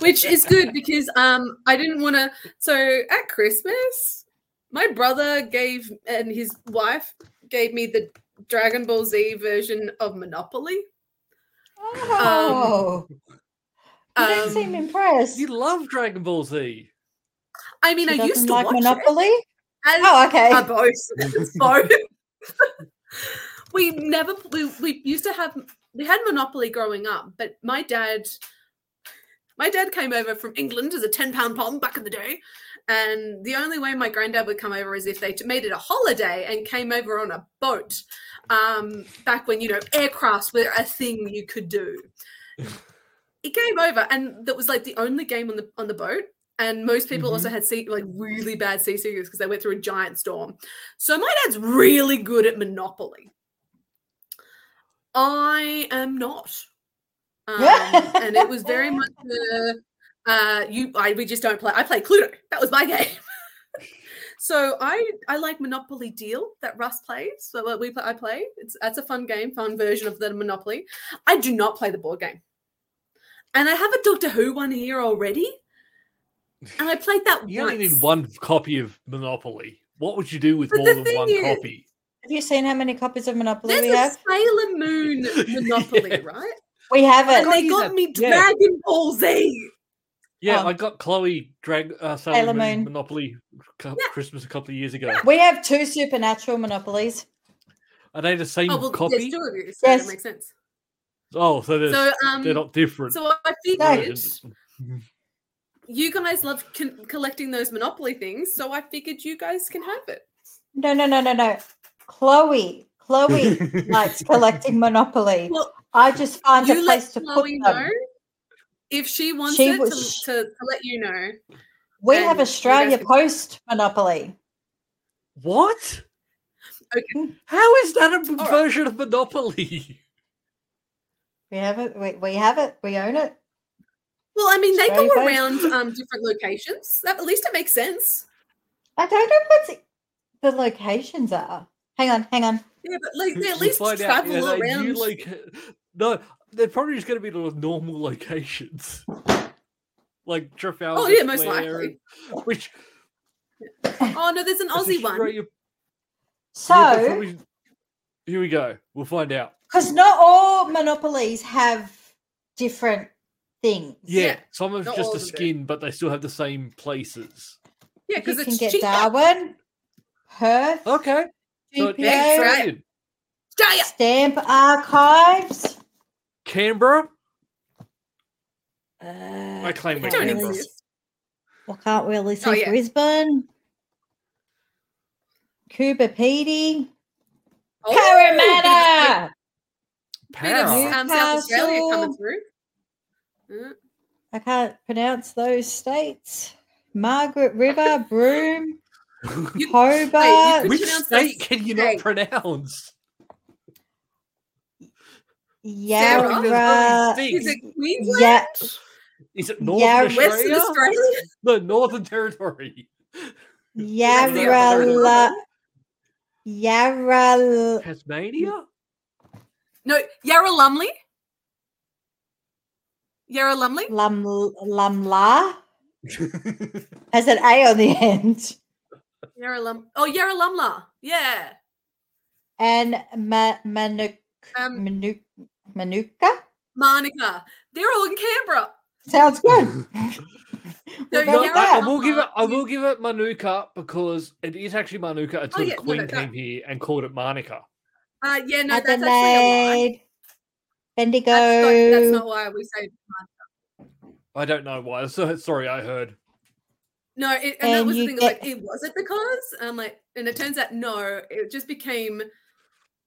D: which is good because um I didn't want to. So at Christmas, my brother gave and his wife gave me the Dragon Ball Z version of Monopoly.
C: oh, you don't
D: Um,
C: seem impressed.
A: You love Dragon Ball Z.
D: I mean,
C: She
D: I
C: doesn't
D: used to
C: like
D: watch it
C: Monopoly.
D: as
C: Oh, okay.
D: Uh, both. both. <laughs> we never we, we used to have we had Monopoly growing up, but my dad my dad came over from England as a ten pound pom back in the day, and the only way my granddad would come over is if they t- made it a holiday and came over on a boat. Um, back when you know aircrafts were a thing you could do. He came over, and that was like the only game on the on the boat. And most people also had sea, like really bad sea seagulls because they went through a giant storm. So my dad's really good at Monopoly. I am not. Um, and it was very much the, uh, you. I we just don't play. I play Cluedo. That was my <laughs> game. so I I like Monopoly Deal that Russ plays. So what we play, I play. It's that's a fun game, fun version of the Monopoly. I do not play the board game, and I have a Doctor Who one here already. And I played
A: <laughs>
D: that
A: You
D: once.
A: only need one copy of Monopoly. What would you do with
D: But
A: more
D: the
A: than
D: thing
A: one
D: is-
A: copy?
C: Have you seen how many copies of Monopoly
D: There's
C: we have?
D: a Sailor Moon Monopoly,
A: Yeah.
D: right?
C: We haven't.
D: And they
A: you
D: got
A: that-
D: me
A: yeah.
D: Dragon Ball Z.
A: Yeah,
D: Oh.
C: Um,
A: I got Chloe drag uh, Sailor,
C: Sailor
A: Moon,
C: Moon.
A: Monopoly co-
D: Yeah.
A: Christmas a couple of years ago.
C: We have two supernatural monopolies.
A: Are they the same
D: Oh well,
A: copy?
D: there's two of you, so yes.
C: Yes.
D: that makes sense.
A: Oh, so, there's,
D: So um,
A: they're not different.
D: so I figured
A: versions.
D: you guys love con- collecting those Monopoly things, so I figured you guys can have it.
C: No, no, no, no, no. Chloe, Chloe
D: <laughs>
C: likes collecting Monopoly.
D: Well,
C: I just find a
D: you let
C: place to
D: Chloe
C: put them.
D: know if she wants
C: She
D: it to,
C: was-
D: to, to let you know.
C: We
D: and you
C: have
D: guys
C: Australia
D: can-
C: Post Monopoly.
A: What?
D: Okay.
A: How is that a
D: right.
A: version of Monopoly?
C: We have it. We, we have it. We own it.
D: Well, I mean, they go
C: Australia
D: around um, different locations. That, at least it makes sense.
C: I don't know what the- the locations are. Hang on, hang on.
D: Yeah, but
A: <laughs>
D: like they
A: We'll
D: at least
A: find
D: travel
A: out, yeah, they
D: around.
A: do loca- no, they're probably just going to be the normal locations, <laughs> like Trafalgar.
D: oh yeah, most
A: Square
D: likely.
A: and- Which
D: Oh no, there's an
A: that's
D: Aussie one.
A: Australia- yeah, they
C: So,
A: probably- here we go. We'll find out.
C: because not all monopolies have different things.
A: Yeah,
D: Yeah,
A: some have
D: not
A: just
D: all
A: a
D: of them do.
A: skin, but they still have the same places.
D: Yeah,
C: you
D: because
C: can
D: it's
C: get
D: cheaper.
C: Darwin, Perth,
A: Okay, so it is
D: Yeah.
C: GPO,
A: Australian.
D: Australia.
C: Stamp Archives.
A: Canberra.
C: Uh,
A: I claim
D: They
A: we
D: don't
C: Canberra.
A: Canberra.
D: exist.
C: Well, can't really see
D: Oh, yeah.
C: Brisbane. Cooper Pedy.
D: Oh,
C: Parramatta.
D: Bit of,
A: Para.
D: um, South Australia coming
C: Newcastle.
D: through. Uh,
C: I can't pronounce those states. Margaret River, Broome,
A: <laughs>
D: You-
C: Hobart.
D: could-
A: Which
D: pronounce that
A: state can you not
D: state.
A: pronounce?
D: Sarah?
A: Like, there's only
C: Yarra.
D: Is it
A: six.
D: Queensland?
C: Yeah.
A: Is it Northern
C: Yarra-
D: Western
A: Australia?
D: Australia?
A: No, Northern Territory.
C: Yarrala. Yarrala.
A: Tasmania?
D: No, Yarra Lumley. Yarra Lumley.
C: Lum, lumla has an A on the end.
D: Yarra Lum. Oh, Yarra Lumla. Yeah.
C: And ma- manuk,
D: Um,
C: manuk, manuka?
D: Monica. They're all in Canberra.
C: Sounds good.
D: So
A: No,
C: We'll
D: Yarra
C: go with
A: I, I
C: that.
A: will give it. I
D: Lumla
A: will give it Manuka because it is actually Manuka until
D: Oh, yeah,
A: the
D: no,
A: Queen
D: no, that-
A: came here and called it Manuka.
D: Uh, yeah, no, that's actually a lie.
C: Adelaide. Bendigo.
D: That's not, that's not why we say
A: I don't know why. So sorry, I heard.
D: no. It, and that
C: And
D: was the
C: you
D: thing.
C: get-
D: Like, it was it because? And I'm like, and it turns out no. It just became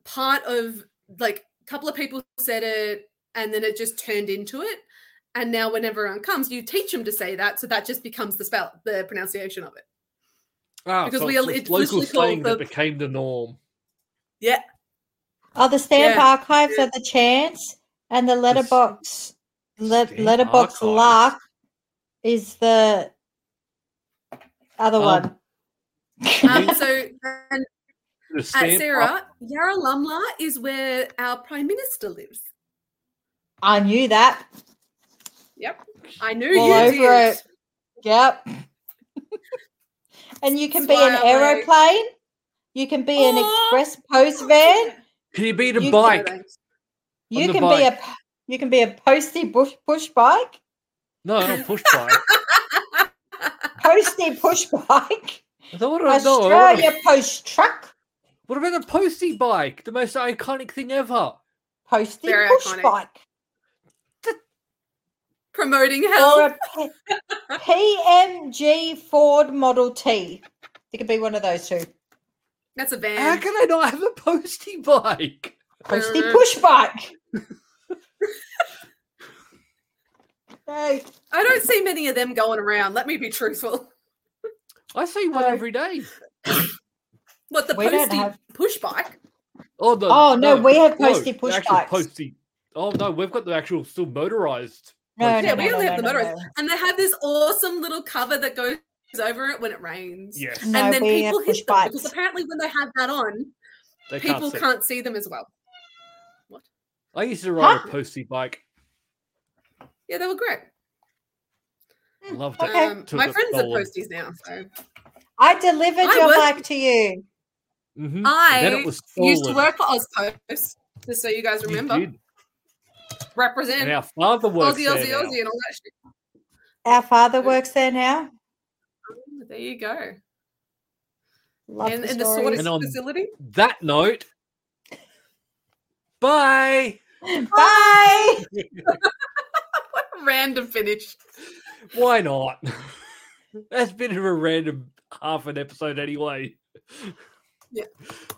D: part of like a couple of people said it, and then it just turned into it. And now, when everyone comes, you teach them to say that, so that just becomes the spell, the pronunciation of it.
C: <laughs>
A: Ah,
D: Because
A: so
D: we
A: it's
D: are-
A: this
D: it's
A: local
D: literally called
A: slang that
D: the-
A: became the norm.
D: Yeah,
C: Oh, the stamp
D: Yeah.
C: archives are the chance, and the letterbox le-
A: stamp
C: letterbox
A: archives.
C: lark is the other
A: Um,
D: Oh.
C: one.
D: <laughs> Um, so, and
A: The
D: at
A: stamp-
D: Sarah, Yarra Lumla is where our Prime Minister lives.
C: I knew that.
D: I knew
C: All over
D: you did.
C: it.
D: <laughs>
C: Yep. and you can be an
D: Swallow.
C: aeroplane. You can be an
D: Oh,
C: express post
D: <laughs>
C: van.
A: Can you beat a
C: You-
A: bike?
C: You
A: the
C: can be a you can be a posty bush push bike.
A: No, not push
D: <laughs>
A: bike.
C: Posty push bike.
A: I thought I know.
C: Australia post truck.
A: What about the postie bike? The most iconic thing ever.
C: Posty
D: Very
C: push
D: iconic.
C: bike.
D: Promoting
C: or
D: health. <laughs>
C: a P- PMG Ford Model T. It could be one of those two.
D: That's a
A: How
D: van.
A: can I not have a postie bike?
C: Posty
D: Uh. <laughs>
C: push bike. Hey,
D: I don't see many of them going around. Let me be truthful. <laughs>
A: I see one
C: No.
A: every day.
D: What the
C: We don't
D: posty
C: have-
D: push bike?
A: Oh, the,
C: Oh, no, we have postie
A: the
C: push
A: actual
C: bikes.
A: Postie. Oh no, we've got the actual still motorized.
C: No,
A: postie
D: Yeah,
C: no,
D: we
A: bike.
C: no,
D: only
C: no,
D: have the
C: no,
D: motorized.
C: no.
D: And they have this awesome little cover that goes over it when it rains.
A: Yes,
C: No,
D: and then
C: we have
D: people
C: push
D: hit them because
C: bikes.
D: apparently when they have that on,
A: they can't
D: people
A: see.
D: can't see them as well.
A: I used to ride
C: Huh?
A: a postie bike.
D: Yeah, they were great.
C: Hmm,
A: Loved it.
C: Okay.
D: Um,
A: Took
D: my
A: it
D: friends are
A: stolen.
D: posties now, so
C: I delivered
D: I
C: your
D: work-
C: bike to you.
A: Mhm.
D: I
A: And then it was
D: used to
A: stolen.
D: work for Ozpost, just so you guys
A: You
D: remember.
A: did.
D: Represent
A: And our father works
D: Aussie,
A: there
D: Aussie,
A: now.
D: Aussie, and all that shit.
C: Our father works there now.
D: Oh, There you go.
C: Love
D: and
C: the
D: and the
C: stories.
D: sorting
A: And on-
D: facility. <laughs>
A: That note. Bye.
D: <laughs>
C: Bye.
D: Random finish.
A: Why not? <laughs> That's been a random half an episode anyway.